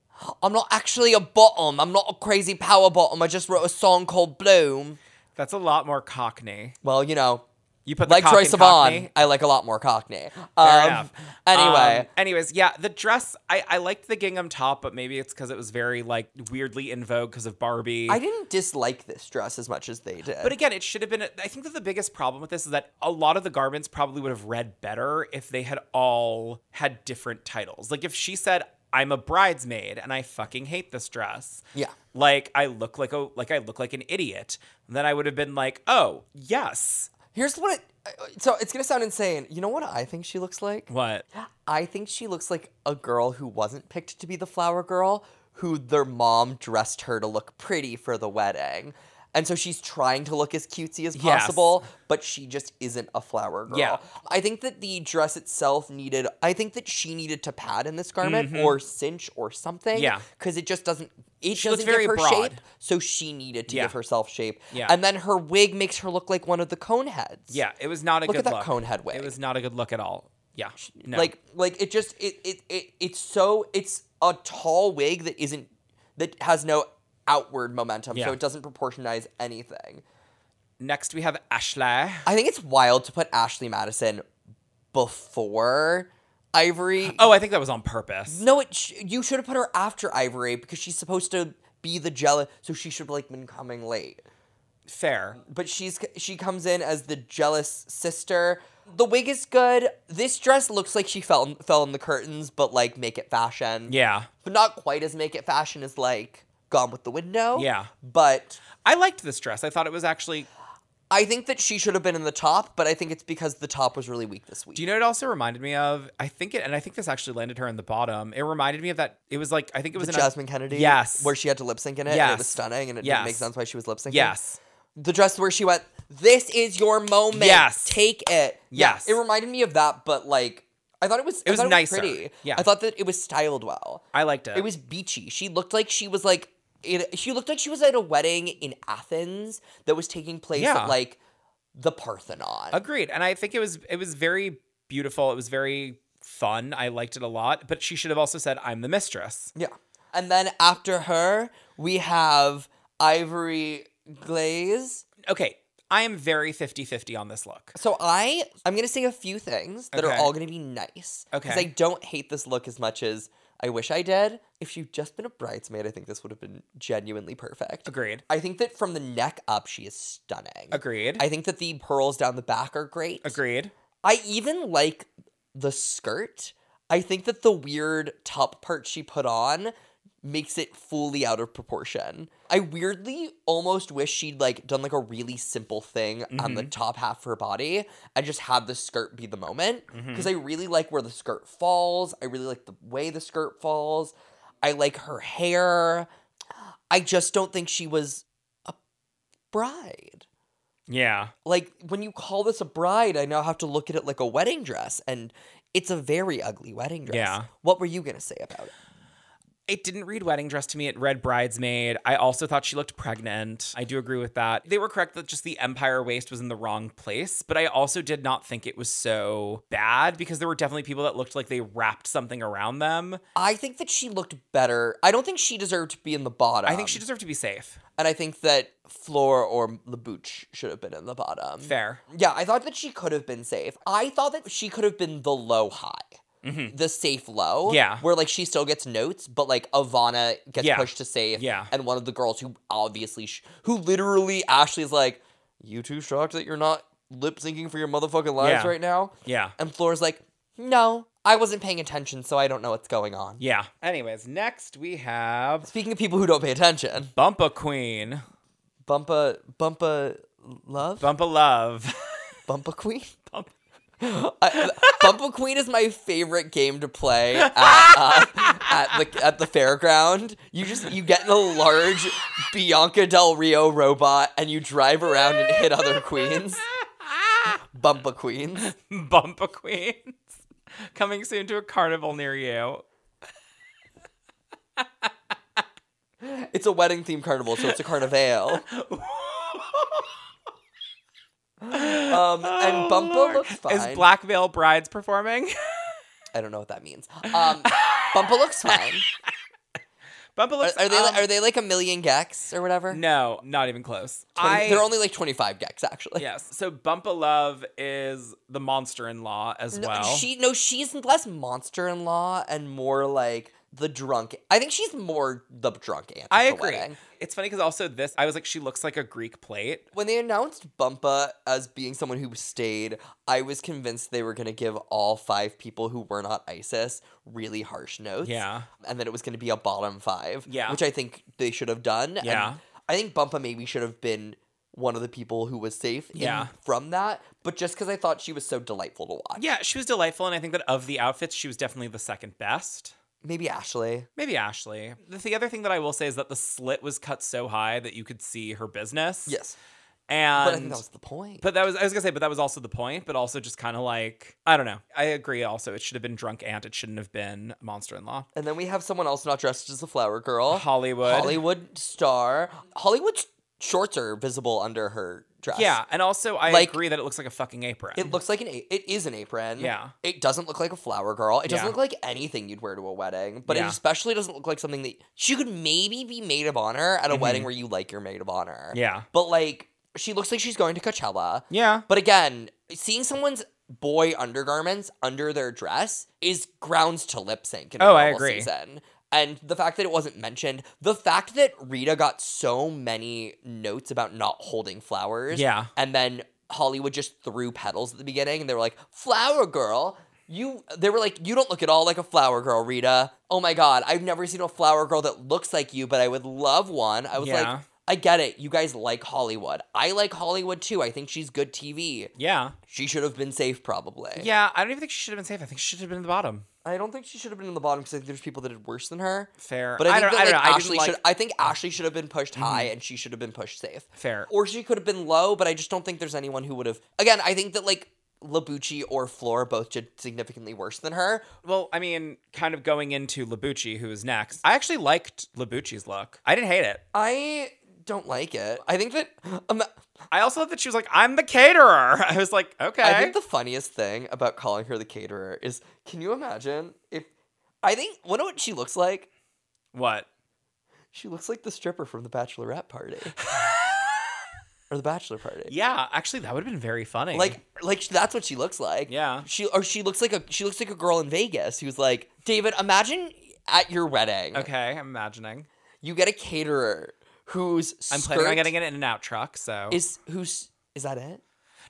B: I'm not actually a bottom. I'm not a crazy power bottom. I just wrote a song called Bloom.
A: That's a lot more cockney.
B: Well, you know,
A: You put the
B: like
A: cock
B: Troy
A: in
B: Sivan,
A: cockney.
B: I like a lot more Cockney.
A: Fair
B: Um,
A: enough.
B: anyway,
A: Um, anyways, yeah, the dress. I, I liked the gingham top, but maybe it's because it was very like weirdly in vogue because of Barbie.
B: I didn't dislike this dress as much as they did.
A: but again, it should have been. I think that the biggest problem with this is that a lot of the garments probably would have read better if they had all had different titles. Like if she said, "I'm a bridesmaid and I fucking hate this dress."
B: yeah.
A: like I look like a like I look like an idiot, then I would have been like, oh yes,
B: Here's what it. uh, So it's going to sound insane. You know what I think she looks like?
A: what?
B: I think she looks like a girl who wasn't picked to be the flower girl, who their mom dressed her to look pretty for the wedding. And so she's trying to look as cutesy as
A: Yes.
B: possible, but she just isn't a flower girl.
A: Yeah.
B: I think that the dress itself needed, I think that she needed to pad in this garment or cinch or something.
A: Mm-hmm. Yeah.
B: Because it just doesn't, it
A: She looks
B: doesn't
A: very
B: give her
A: broad.
B: shape. So she needed to
A: Yeah.
B: give herself shape.
A: Yeah.
B: And then her wig makes her look like one of the cone heads.
A: Yeah, it was not a
B: Look
A: good
B: at that
A: look.
B: cone head
A: It
B: wig.
A: was not a good look at all. Yeah, no.
B: Like like it just it, it it it's so it's a tall wig that isn't that has no outward momentum,
A: Yeah.
B: so it doesn't proportionize anything.
A: next we have Ashley.
B: I think it's wild to put Ashley Madison before Ivory.
A: Oh, I think that was on purpose.
B: No, it sh- you should have put her after Ivory because she's supposed to be the jealous, so she should have like been coming late.
A: Fair.
B: But she's c- she comes in as the jealous sister. The wig is good. This dress looks like she fell in, fell in the curtains, but like make it fashion.
A: Yeah,
B: but not quite as make it fashion as like Gone with the Window.
A: Yeah.
B: But
A: I liked this dress. I thought it was actually.
B: I think that she should have been in the top, but I think it's because the top was really weak this week.
A: Do you know what it also reminded me of? I think it, and I think this actually landed her in the bottom. It reminded me of that. It was like I think it was
B: the
A: an-
B: Jasmine Kennedy?
A: Yes.
B: Where she had to lip sync in it and it
A: Yes.
B: was stunning and it didn't
A: Yes.
B: make sense why she was lip syncing.
A: Yes.
B: The dress where she went, This is your moment.
A: Yes.
B: Take it.
A: Yes.
B: It reminded me of that, but like I thought it was I
A: was
B: thought
A: nicer.
B: pretty.
A: Yeah.
B: I thought that it was styled well.
A: I liked it.
B: It was beachy. She looked like she was like it, she looked like she was at a wedding in Athens that was taking place
A: Yeah.
B: at like the Parthenon.
A: Agreed. And I think it was it was very beautiful. It was very fun. I liked it a lot. But she should have also said, I'm the mistress.
B: yeah. And then after her, we have Ivory Glaze.
A: Okay. I am very 50-50 on this look.
B: So I I'm gonna say a few things that are
A: Okay.
B: all gonna be nice. Because
A: Okay.
B: I don't hate this look as much as I wish I did. If she'd just been a bridesmaid, I think this would have been genuinely perfect.
A: Agreed.
B: I think that from the neck up, she is stunning.
A: Agreed.
B: I think that the pearls down the back are great.
A: Agreed.
B: I even like the skirt. I think that the weird top part she put on makes it fully out of proportion. I weirdly almost wish she'd like done like a really simple thing on the top half of her body and just had the skirt be the moment because I really like where the skirt falls. I really like the way the skirt falls. I like her hair. I just don't think she was a bride.
A: Yeah.
B: Like when you call this a bride, I now have to look at it like a wedding dress and it's a very ugly wedding dress.
A: Yeah.
B: What were you going to say about it?
A: It didn't read wedding dress to me. It read bridesmaid. I also thought she looked pregnant. I do agree with that. They were correct that just the empire waist was in the wrong place, but I also did not think it was so bad because there were definitely people that looked like they wrapped something around them.
B: I think that she looked better. I don't think she deserved to be in the bottom.
A: I think she deserved to be safe.
B: and I think that Floor or Labouche should have been in the bottom.
A: Fair.
B: Yeah, I thought that she could have been safe. I thought that she could have been the low high. The safe low.
A: Mm-hmm. Yeah.
B: Where like she still gets notes, but like Ivana gets
A: Yeah.
B: pushed to safe.
A: Yeah.
B: And one of the girls who obviously, sh- who literally, Ashley's like, you too shocked that you're not lip syncing for your motherfucking lives
A: Yeah.
B: right now?
A: Yeah.
B: And Floor's like, no, I wasn't paying attention, so I don't know what's going on.
A: Yeah. Anyways, next we have
B: Speaking of people who don't pay attention,
A: Bumpa Queen,
B: Bumpa Bumpa Love?
A: Bumpa Love. [laughs]
B: Bumpa Queen?
A: Bump-
B: I, Bumpa Queen is my favorite game to play at, uh, at the at the fairground. You just you get in a large Bianca Del Rio robot and you drive around and hit other queens. Bumpa Queens.
A: Bumpa Queens. [laughs] Coming soon to a carnival near you. [laughs]
B: It's a wedding themed carnival, so it's a carnival. Um,
A: Oh,
B: and Bumpa
A: Lord.
B: looks fine.
A: Is Black Veil Brides performing? [laughs]
B: I don't know what that means. Um, Bumpa
A: [laughs]
B: looks fine.
A: Bumpa
B: Are,
A: looks.
B: are they
A: um,
B: like, are they like a million gecks or whatever?
A: No, not even close.
B: Twenty-
A: I,
B: they're only like twenty five gecks actually.
A: yes. So Bumpa Love is the monster-in-law as
B: No,
A: well.
B: she no, she's less monster in law and more like the drunk. I think she's more the drunk aunt. at
A: I
B: the
A: agree.
B: wedding.
A: It's funny because also this, I was like, she looks like a Greek plate.
B: When they announced Bumpa as being someone who stayed, I was convinced they were going to give all five people who were not ISIS really harsh notes.
A: Yeah.
B: And that it was going to be a bottom five.
A: Yeah.
B: Which I think they should have done. and
A: Yeah.
B: I think Bumpa maybe should have been one of the people who was safe in-
A: Yeah.
B: from that, but just because I thought she was so delightful to watch.
A: Yeah, she was delightful, and I think that of the outfits, she was definitely the second best.
B: Maybe Ashley.
A: Maybe Ashley. The, the other thing that I will say is that the slit was cut so high that you could see her business.
B: Yes.
A: and
B: But I think that was the point.
A: But that was I was gonna say, but that was also the point. But also just kind of like I don't know. I agree. Also, it should have been drunk aunt. It shouldn't have been monster in law.
B: And then we have someone else not dressed as a flower girl.
A: Hollywood.
B: Hollywood star. Hollywood's shorts are visible under her dress.
A: Yeah, and also I
B: Like-
A: agree that it looks like a fucking apron.
B: It looks like an a- it is an apron.
A: Yeah.
B: It doesn't look like a flower girl. It doesn't
A: Yeah.
B: look like anything you'd wear to a wedding, but it
A: Yeah.
B: especially doesn't look like something that she could maybe be maid of honor at a wedding where you like your maid of honor.
A: Mm-hmm. Yeah,
B: But like she looks like she's going to Coachella.
A: yeah,
B: But again, seeing someone's boy undergarments under their dress is grounds to lip sync. In a
A: Oh, I
B: normal
A: agree.
B: Season. And the fact that it wasn't mentioned, the fact that Rita got so many notes about not holding flowers,
A: yeah.
B: and then Hollywood just threw petals at the beginning, and they were like, "Flower girl." You, they were like, you don't look at all like a flower girl, Rita. Oh my god, I've never seen a flower girl that looks like you, but I would love one. I was
A: Yeah.
B: like, I get it. You guys like Hollywood. I like Hollywood too. I think she's good TV.
A: Yeah.
B: She should have been safe, probably.
A: Yeah. I don't even think she should have been safe. I think she should have been in the bottom.
B: I don't think she should have been in the bottom because I think there's people that did worse than her.
A: Fair.
B: But I,
A: don't,
B: think that,
A: I don't
B: like,
A: know. I didn't
B: Ashley
A: like- Mm-hmm.
B: should. I think Ashley should have been pushed high, and she should have been pushed safe.
A: Fair.
B: Or she could have been low, but I just don't think there's anyone who would have. Again, I think that like Labucci or Flora both did significantly worse than her.
A: Well, I mean, kind of going into Labucci, who is next. I actually liked Labucci's look. I didn't hate it.
B: I don't like it. I think that um,
A: I also thought that she was like, "I'm the caterer." [laughs] I was like, "Okay."
B: I think the funniest thing about calling her the caterer is, can you imagine if I think wonder what she looks like?
A: what?
B: She looks like the stripper from the
A: [laughs]
B: bachelorette party or the bachelor party.
A: Yeah, actually, that would have been very funny.
B: Like, like that's what she looks like.
A: Yeah.
B: She or she looks like a she looks like a girl in Vegas who's like David. Imagine at your wedding,
A: Okay, I'm imagining.
B: you get a caterer who's
A: I'm planning on getting an in and out truck, so
B: is who's is that it?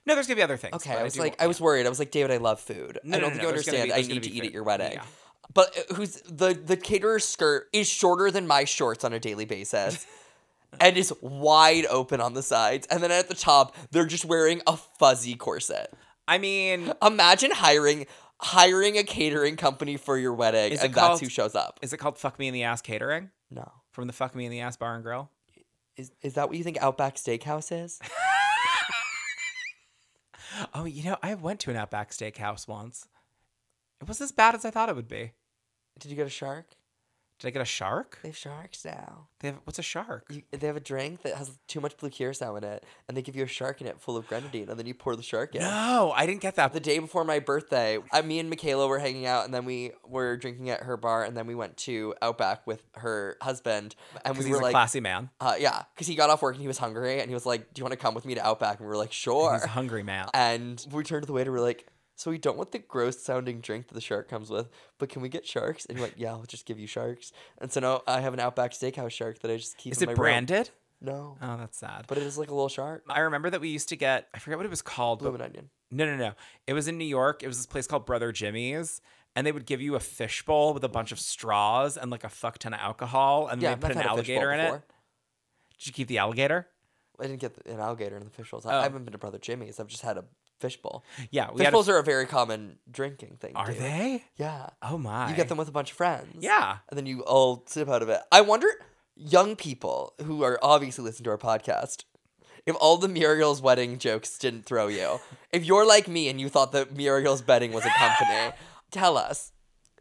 A: no, there's gonna be other things.
B: Okay,
A: but
B: I was
A: do
B: like,
A: want-
B: I was worried. I was like, David, I love food.
A: No, no,
B: I don't
A: no,
B: think
A: no,
B: you
A: there's gonna
B: understand.
A: be-
B: I
A: there's
B: need
A: gonna
B: to
A: be
B: eat
A: food.
B: at your wedding.
A: Yeah.
B: but uh, who's the the caterer's skirt is shorter than my shorts on a
A: [laughs]
B: daily basis and is wide open on the sides and then at the top they're just wearing a fuzzy corset
A: I mean,
B: imagine hiring hiring a catering company for your wedding
A: Is it
B: and
A: called-
B: that's who shows up
A: is it called "Fuck Me in the Ass" catering
B: no
A: from the "Fuck Me in the Ass" bar and
B: [laughs]
A: grill?
B: is, is that what you think outback steakhouse is [laughs]
A: Oh, you know, I went to an Outback Steakhouse once. It was as bad as I thought it would be.
B: did you get a shark
A: Did I get a shark?
B: they have sharks now
A: They have, what's a shark?
B: you, they have a drink that has too much blue curacao in it and they give you a shark in it full of grenadine and then you pour the shark in
A: No, I didn't get [laughs] that.
B: the day before my birthday, I, me and Michaela were hanging out, and then we were drinking at her bar, and then we went to Outback with her husband, and
A: Because
B: we
A: he's
B: were
A: a
B: like,
A: classy man.
B: uh, yeah, because he got off work and he was hungry, and he was like, "Do you want to come with me to Outback?" And we were like, "Sure."
A: He's a hungry
B: [laughs]
A: man.
B: and we turned to the waiter, we are like, "So we don't want the gross-sounding drink that the shark comes with, but can we get sharks?" And he went, "Yeah, I'll just give you sharks." And so now I have an Outback Steakhouse shark that I just keep.
A: Is
B: in my
A: it
B: room.
A: branded?
B: No,
A: Oh, that's sad.
B: but it is like a little shark,
A: I remember that we used to get, I forget what it was called, but
B: blooming onion.
A: No, no, no. It was in New York. It was this place called Brother Jimmy's, and they would give you a fishbowl with a bunch of straws and like a fuck ton of alcohol, and
B: Yeah,
A: then
B: I've
A: they put an
B: never had a fishbowl
A: alligator in it.
B: before.
A: Did you keep the alligator?
B: I didn't get an alligator in the fish bowls.
A: Oh.
B: I haven't been to Brother Jimmy's. I've just had a fishbowl.
A: Yeah, we
B: Fish
A: had. A,
B: bowls are a very common drinking thing.
A: are
B: dude.
A: they?
B: Yeah.
A: Oh my!
B: You get them with a bunch of friends.
A: Yeah.
B: And then you all sip out of it. I wonder, young people who are obviously listening to our podcast, if all the Muriel's wedding jokes didn't throw you, if you're like me and you thought that Muriel's wedding was a [laughs] company, tell us,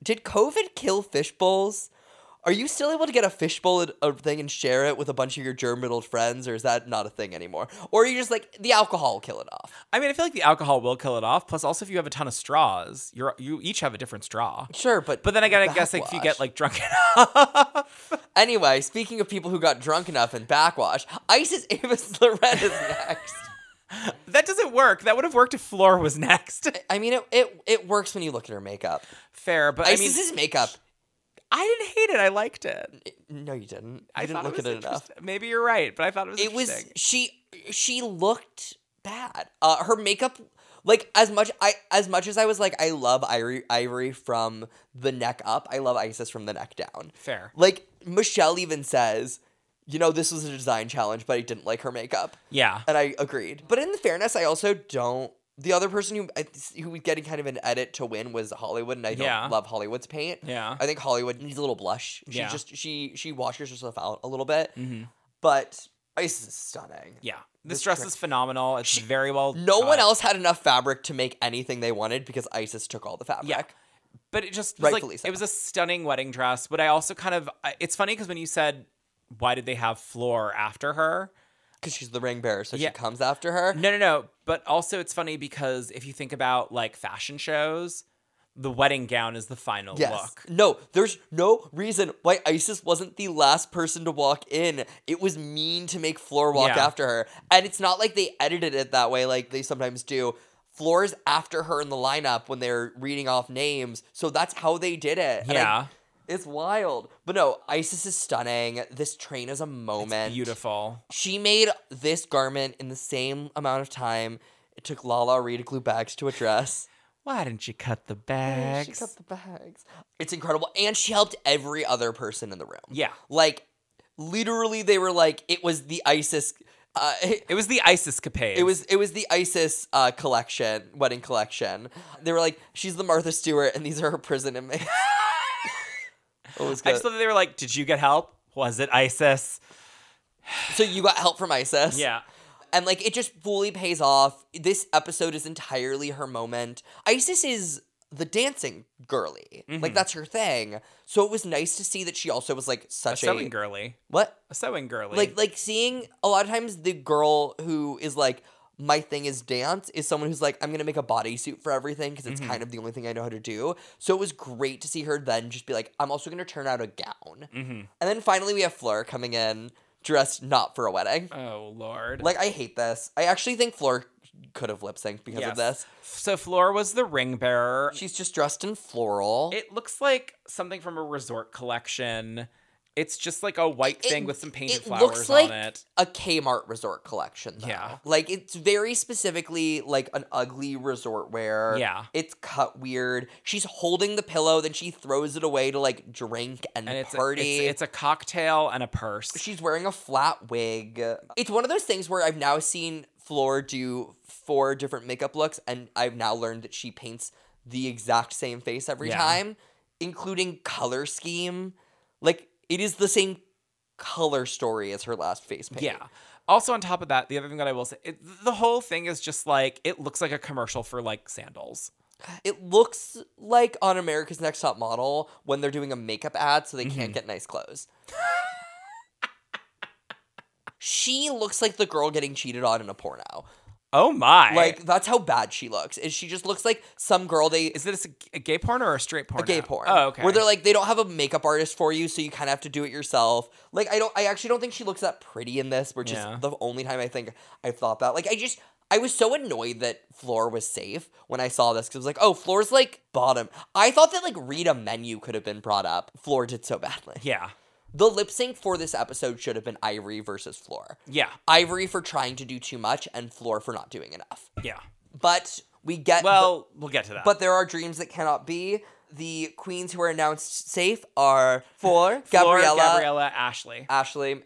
B: did COVID kill fish bowls? Are you still able to get a fishbowl at a thing and share it with a bunch of your germ riddled friends, or is that not a thing anymore? Or are you just like, the alcohol will kill it off?
A: I mean, I feel like the alcohol will kill it off. Plus, also if you have a ton of straws, you're you each have a different straw.
B: Sure, but.
A: But then again, I guess like, if you get
B: backwash.
A: like drunk [laughs] enough,
B: Anyway, speaking of people who got drunk enough and backwash, Isis Avis [laughs] Loretta is next.
A: that doesn't work. That would have worked if Floor was next.
B: I mean, it, it it works when you look at her makeup.
A: [laughs] Fair, but I mean,
B: Isis's makeup.
A: I didn't hate it. I liked it.
B: No, you didn't. You
A: I
B: didn't
A: thought
B: look
A: it was
B: at it enough.
A: interest- Maybe you're right, but I thought it was.
B: It was
A: interesting.
B: she. She looked bad. Uh, her makeup, like as much I as much as I was like, I love Ivory Ivory from the neck up. I love Isis from the neck down.
A: fair.
B: Like Michelle even says, you know, this was a design challenge, but I didn't like her makeup.
A: Yeah.
B: and I agreed. But in the fairness, I also don't. The other person who I- who was getting kind of an edit to win was Hollywood, and I don't
A: Yeah.
B: love Hollywood's paint.
A: Yeah.
B: I think Hollywood needs a little blush. She
A: Yeah.
B: just she she washes herself out a little bit,
A: Mhm.
B: but Ice is stunning.
A: Yeah. This
B: This
A: dress
B: dress-
A: is phenomenal. It's very well.
B: No
A: cut.
B: one else had enough fabric to make anything they wanted because Isis took all the fabric.
A: Yeah. But it just was like
B: Rightfully so.
A: it was a stunning wedding dress. But I also kind of I- it's funny because when you said why did they have Floor after her?
B: Because she's the ring bearer, so
A: Yeah.
B: she comes after her.
A: No, no, no. But also it's funny because if you think about like fashion shows, the wedding gown is the final
B: Yes.
A: look.
B: No, there's no reason why Isis wasn't the last person to walk in. It was mean to make Floor walk
A: Yeah.
B: after her. And it's not like they edited it that way like they sometimes do. Floor's after her in the lineup when they're reading off names. So that's how they did it. And I-
A: Yeah.
B: it's wild. But no, Isis is stunning. This train is a moment.
A: Beautiful.
B: She made this garment in the same amount of time it took Lala Ree to glue bags to a dress.
A: Why didn't you cut the
B: Yeah,
A: bags?
B: She got the bags. It's incredible. And she helped every other person in the room.
A: yeah.
B: Like, literally, they were like, it was the ISIS. Uh, [laughs] it,
A: It was the ISIS capade.
B: it was it was the ISIS uh, collection, wedding collection. They were like, she's the Martha Stewart, and these are her prison inmates. [laughs] it was
A: I
B: good.
A: just thought that they were like, did you get help? Was it ISIS?
B: so you got help from ISIS.
A: Yeah.
B: and like it just fully pays off. This episode is entirely her moment. Isis is the dancing girly, like that's her thing. So it was nice to see that she also was like
A: A
B: such a,
A: sewing girly.
B: what
A: A sewing girly.
B: like like seeing a lot of times the girl who is like my thing is dance is someone who's like I'm gonna make a bodysuit for everything because it's kind of the only thing I know how to do. So it was great to see her then just be like I'm also gonna turn out a gown,
A: Mm-hmm.
B: and then finally we have Fleur coming in dressed not for a wedding.
A: Oh lord.
B: Like I hate this. I actually think Fleur could have lip synced because
A: Yes.
B: of this.
A: so Flora was the ring bearer.
B: She's just dressed in floral.
A: it looks like something from a resort collection. It's just like a white
B: It-
A: thing with some painted
B: it
A: flowers
B: looks
A: on
B: like
A: it.
B: a Kmart resort collection. Though.
A: Yeah.
B: like it's very specifically like an ugly resort wear.
A: Yeah.
B: it's cut weird. She's holding the pillow, then she throws it away to like drink and,
A: And it's a,
B: party.
A: it's, it's a cocktail and a purse.
B: She's wearing a flat wig. It's one of those things where I've now seen Floor do four different makeup looks, and I've now learned that she paints the exact same face every
A: Yeah.
B: time, including color scheme. Like it is the same color story as her last face paint.
A: Yeah. Also, on top of that, the other thing that I will say, it, the whole thing is just like it looks like a commercial for like sandals.
B: It looks like on America's Next Top Model when they're doing a makeup ad so they
A: Mm-hmm.
B: can't get
A: [laughs]
B: nice clothes. she looks like the girl getting cheated on in a porno.
A: Oh my!
B: Like that's how bad she looks. Is she just looks like some girl they
A: is this a, a gay porn or a straight porn?
B: a gay porn.
A: Oh, okay.
B: Where they're like they don't have a makeup artist for you, so you kind of have to do it yourself. Like I don't, I actually don't think she looks that pretty in this, which
A: Yeah.
B: is the only time I think I've thought that. Like I just. I was so annoyed that Floor was safe when I saw this because I was like, oh, Floor's like bottom. I thought that like Rita Menu could have been brought up. Floor did so badly.
A: yeah,
B: The lip sync for this episode should have been Ivory versus Floor.
A: yeah,
B: Ivory for trying to do too much and Floor for not doing enough.
A: yeah.
B: But we get the-
A: Well, we'll get to that.
B: but there are dreams that cannot be. The queens who are announced safe are four
A: Flora,
B: Gabriella,
A: Gabriella, Ashley.
B: Ashley,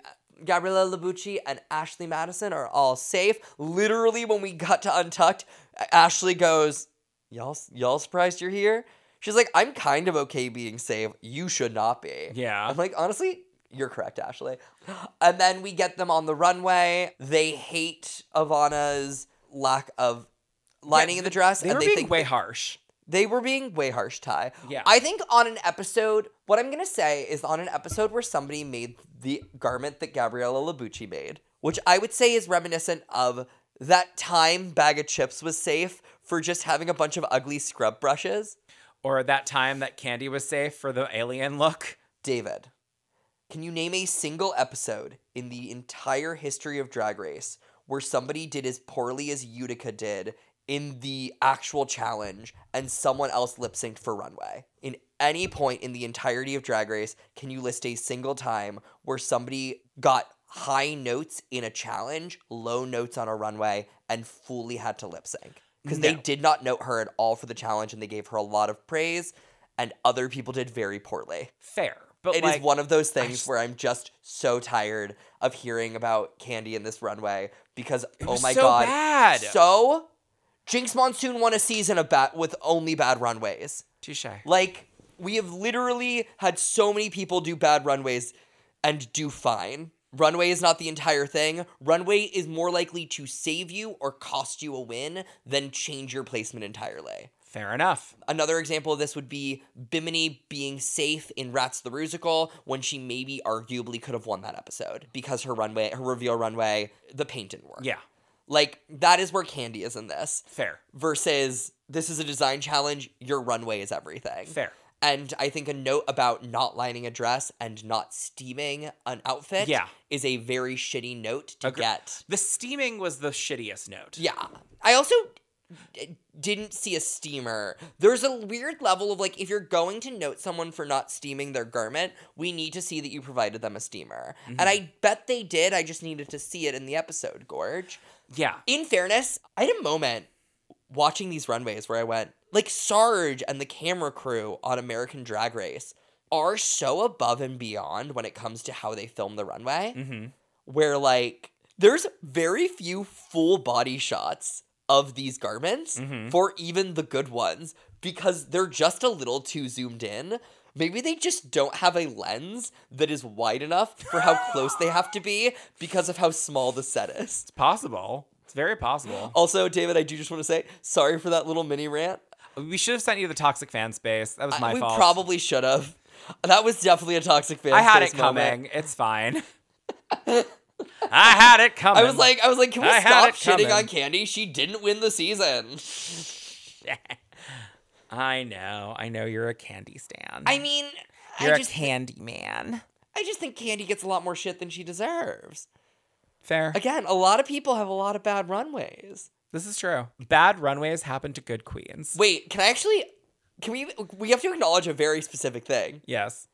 B: Gabriella Labucci, and Ashley Madison are all safe. Literally, when we got to Untucked, Ashley goes, "Y'all, y'all surprised you're here?" She's like, "I'm kind of okay being safe. You should not be."
A: Yeah.
B: I'm like, honestly, you're correct, Ashley. And then we get them on the runway. They hate Ivana's lack of lining in the dress,
A: They
B: and
A: were
B: they
A: being
B: think
A: way harsh.
B: they were being way harsh, Ty.
A: Yeah.
B: I think on an episode, what I'm gonna say is on an episode where somebody made the garment that Gabriella Labucci made, which I would say is reminiscent of that time bag of chips was safe for just having a bunch of ugly scrub brushes.
A: Or that time that Candy was safe for the alien look.
B: David, can you name a single episode in the entire history of Drag Race where somebody did as poorly as Utica did in the actual challenge and someone else lip synced for Runway? In any point in the entirety of Drag Race, can you list a single time where somebody got high notes in a challenge, low notes on a runway, and fully had to lip sync? Because they
A: No.
B: did not note her at all for the challenge and they gave her a lot of praise, and other people did very poorly.
A: Fair, but
B: It is
A: like,
B: one of those things
A: just-
B: where I'm just so tired of hearing about Candy in this runway because oh
A: was
B: my
A: so
B: god,
A: bad.
B: so Jinx Monsoon won a season of bat with only bad runways.
A: touche.
B: Like we have literally had so many people do bad runways and do fine. Runway is not the entire thing. Runway is more likely to save you or cost you a win than change your placement entirely.
A: Fair enough.
B: Another example of this would be Bimini being safe in Rats the Rusical when she maybe arguably could have won that episode because her runway, her reveal runway, the paint didn't work.
A: Yeah,
B: Like that is where Candy is in this
A: fair,
B: versus this is a design challenge, your runway is everything.
A: fair.
B: And I think a note about not lining a dress and not steaming an outfit
A: Yeah.
B: is a very shitty note to
A: Agre-
B: get.
A: The steaming was the shittiest note.
B: Yeah. I also d- didn't see a steamer. There's a weird level of like if you're going to note someone for not steaming their garment, we need to see that you provided them a steamer. And I bet they did. I just needed to see it in the episode, Gorge.
A: yeah.
B: In fairness, I had a moment watching these runways where I went, like Sarge and the camera crew on American Drag Race are so above and beyond when it comes to how they film the runway
A: Mm-hmm.
B: where like there's very few full body shots of these garments
A: Mhm.
B: for even the good ones because they're just a little too zoomed in. Maybe they just don't have a lens that is wide enough for how close they have to be because of how small the set is.
A: It's possible. It's very possible.
B: [gasps] Also, David, I do just want to say sorry for that little mini rant.
A: We should have sent you the toxic fan space. That was
B: Oh. I-
A: my
B: we
A: fault.
B: probably should have. That was definitely a toxic fan.
A: I had it
B: space moment.
A: coming. It's fine.
B: [laughs]
A: I had it coming.
B: I was like, I was like, can we
A: I had
B: stop
A: it
B: shitting on
A: coming.
B: Candy? She didn't win the season.
A: I know. I know you're a candy stand.
B: I mean,
A: you're
B: I
A: a
B: just
A: candy man.
B: I just think Candy gets a lot more shit than she deserves.
A: Fair.
B: Again, a lot of people have a lot of bad runways.
A: This is true. Bad runways happen to good queens.
B: Wait, can I actually? Can we? We have to acknowledge a very specific thing.
A: Yes.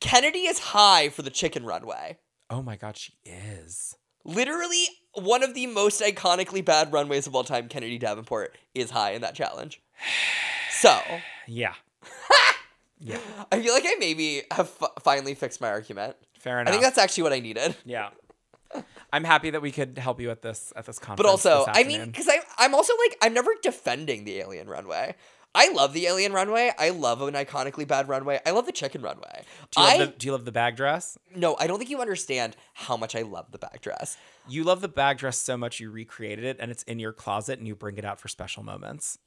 B: Kennedy is high for the chicken runway.
A: Oh my god, she is.
B: Literally one of the most iconically bad runways of all time, Kennedy Davenport is high in that challenge. [sighs] So,
A: Yeah. yeah.
B: I feel like I maybe have f- finally fixed my argument.
A: Fair
B: I
A: enough.
B: think that's actually what I needed.
A: yeah. I'm happy that we could help you at this at this conference.
B: But also,
A: this
B: I mean,
A: afternoon.
B: because I'm, I'm also like, I'm never defending the alien runway. I love the alien runway. I love an iconically bad runway. I love the chicken runway.
A: do you, love
B: I
A: the, do you love the bag dress?
B: no, I don't think you understand how much I love the back dress.
A: You love the bag dress so much you recreated it and it's in your closet and you bring it out for special moments.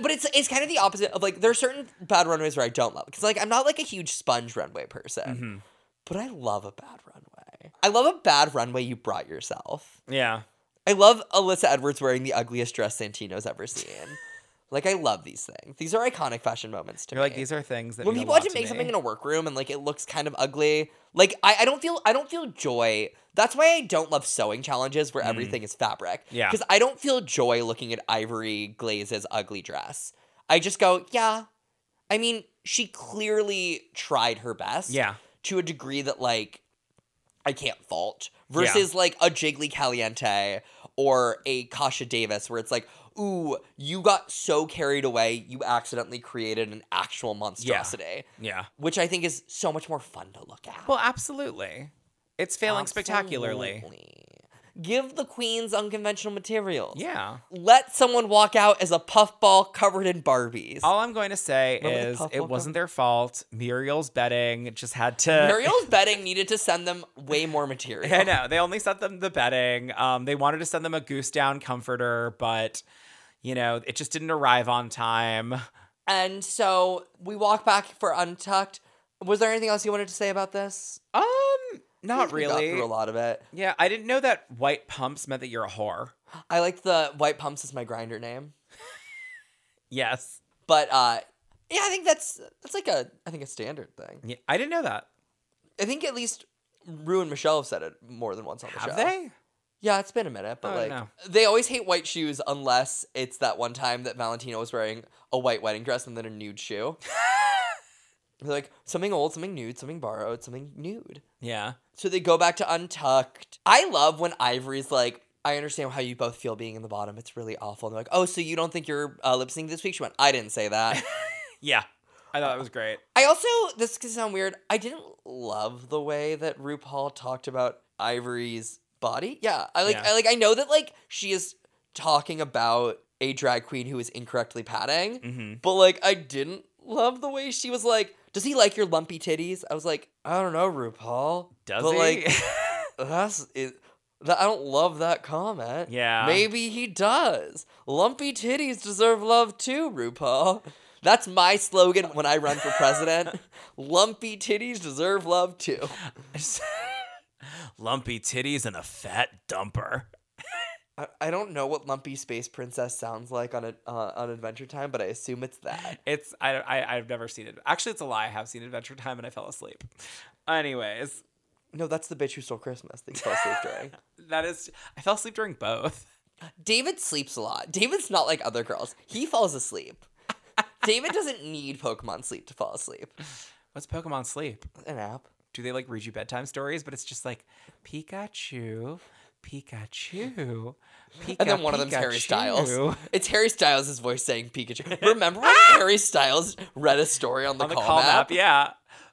B: But it's it's kind of the opposite of like there are certain bad runways where I don't love because like I'm not like a huge sponge runway person,
A: Mm-hmm.
B: but I love a bad runway. I love a bad runway you brought yourself.
A: Yeah.
B: I love Alyssa Edwards wearing the ugliest dress Santino's ever seen.
A: [laughs]
B: like I love these things. These are iconic fashion moments to
A: You're
B: me.
A: like, these are things that
B: when
A: mean
B: people
A: a lot
B: have to make
A: me.
B: something in a workroom and like it looks kind of ugly like I, I don't feel i don't feel joy that's why i don't love sewing challenges where everything is fabric
A: Mm. Yeah.
B: because i don't feel joy looking at ivory glaze's ugly dress i just go yeah i mean she clearly tried her best
A: Yeah.
B: to a degree that like i can't fault versus like a jiggly caliente or a kasha davis where it's like ooh you got so carried away you accidentally created an actual monstrosity
A: Yeah.
B: which I think is so much more fun to look at.
A: Well, absolutely. It's failing spectacularly.
B: Absolutely. Give the queens unconventional materials.
A: Yeah.
B: Let someone walk out as a puffball covered in Barbies.
A: All I'm going to say
B: Remember the
A: is
B: puff
A: it
B: walk
A: wasn't their fault. Muriel's betting just had to.
B: Muriel's betting needed to send them way more
A: [laughs]
B: material.
A: I know they only sent them the bedding. Um, they wanted to send them a goose down comforter, but you know it just didn't arrive on time.
B: And so we walk back for Untucked. Was there anything else you wanted to say about this?
A: Um, not
B: We got through a
A: really.
B: lot of it.
A: Yeah, I didn't know that white pumps meant that you're a whore.
B: I liked the White Pumps is my grinder name.
A: Yes,
B: But uh yeah, I think that's that's like a I think a standard thing.
A: Yeah, I didn't know that.
B: I think at least Rue and Michelle have said it more than once on the
A: Have
B: show.
A: they?
B: Yeah, it's been a minute, but
A: Oh,
B: like
A: no.
B: they always hate white shoes unless it's that one time that Valentino was wearing a white wedding dress and then a nude
A: [laughs]
B: shoe. They're like something old, something nude, something borrowed, something nude.
A: Yeah.
B: So they go back to untucked. I love when Ivory's like, I understand how you both feel being in the bottom. It's really awful. And they're like, oh, so you don't think you're uh, lip syncing this week? She went, I didn't say that.
A: [laughs] Yeah. I thought it was great.
B: I also this could sound weird. I didn't love the way that RuPaul talked about Ivory's body. Yeah, I like
A: Yeah.
B: I like I know that like she is talking about a drag queen who is incorrectly padding,
A: Mm-hmm.
B: but like I didn't love the way she was like, "Does he like your lumpy titties?" I was like, "I don't know, RuPaul."
A: Does
B: but
A: he?
B: like that's it. That, I don't love that
A: [laughs]
B: comment.
A: yeah. [laughs]
B: Maybe he does. Lumpy titties deserve love too, RuPaul. That's my slogan when I run for president. Lumpy titties deserve love too.
A: Lumpy titties and a fat dumper.
B: I, I don't know what lumpy space princess sounds like on a, uh, on Adventure Time, but I assume it's that.
A: It's I, I I've never seen it. Actually, it's a lie. I have seen Adventure Time and I fell asleep. Anyways,
B: No, that's the bitch who stole Christmas. That you fell asleep during.
A: that is I fell asleep during both. [laughs]
B: David sleeps a lot. David's not like other girls. He falls asleep. David doesn't need Pokemon sleep to fall asleep.
A: What's Pokemon sleep?
B: An app.
A: Do they like read you bedtime stories? But it's just like Pikachu, Pikachu, Pikachu.
B: [laughs] And then one of them's Harry Styles. It's Harry Styles' voice saying Pikachu.
A: [laughs]
B: Remember when Harry Styles read a story on the,
A: Ah! On the
B: call,
A: call
B: map?
A: map, yeah.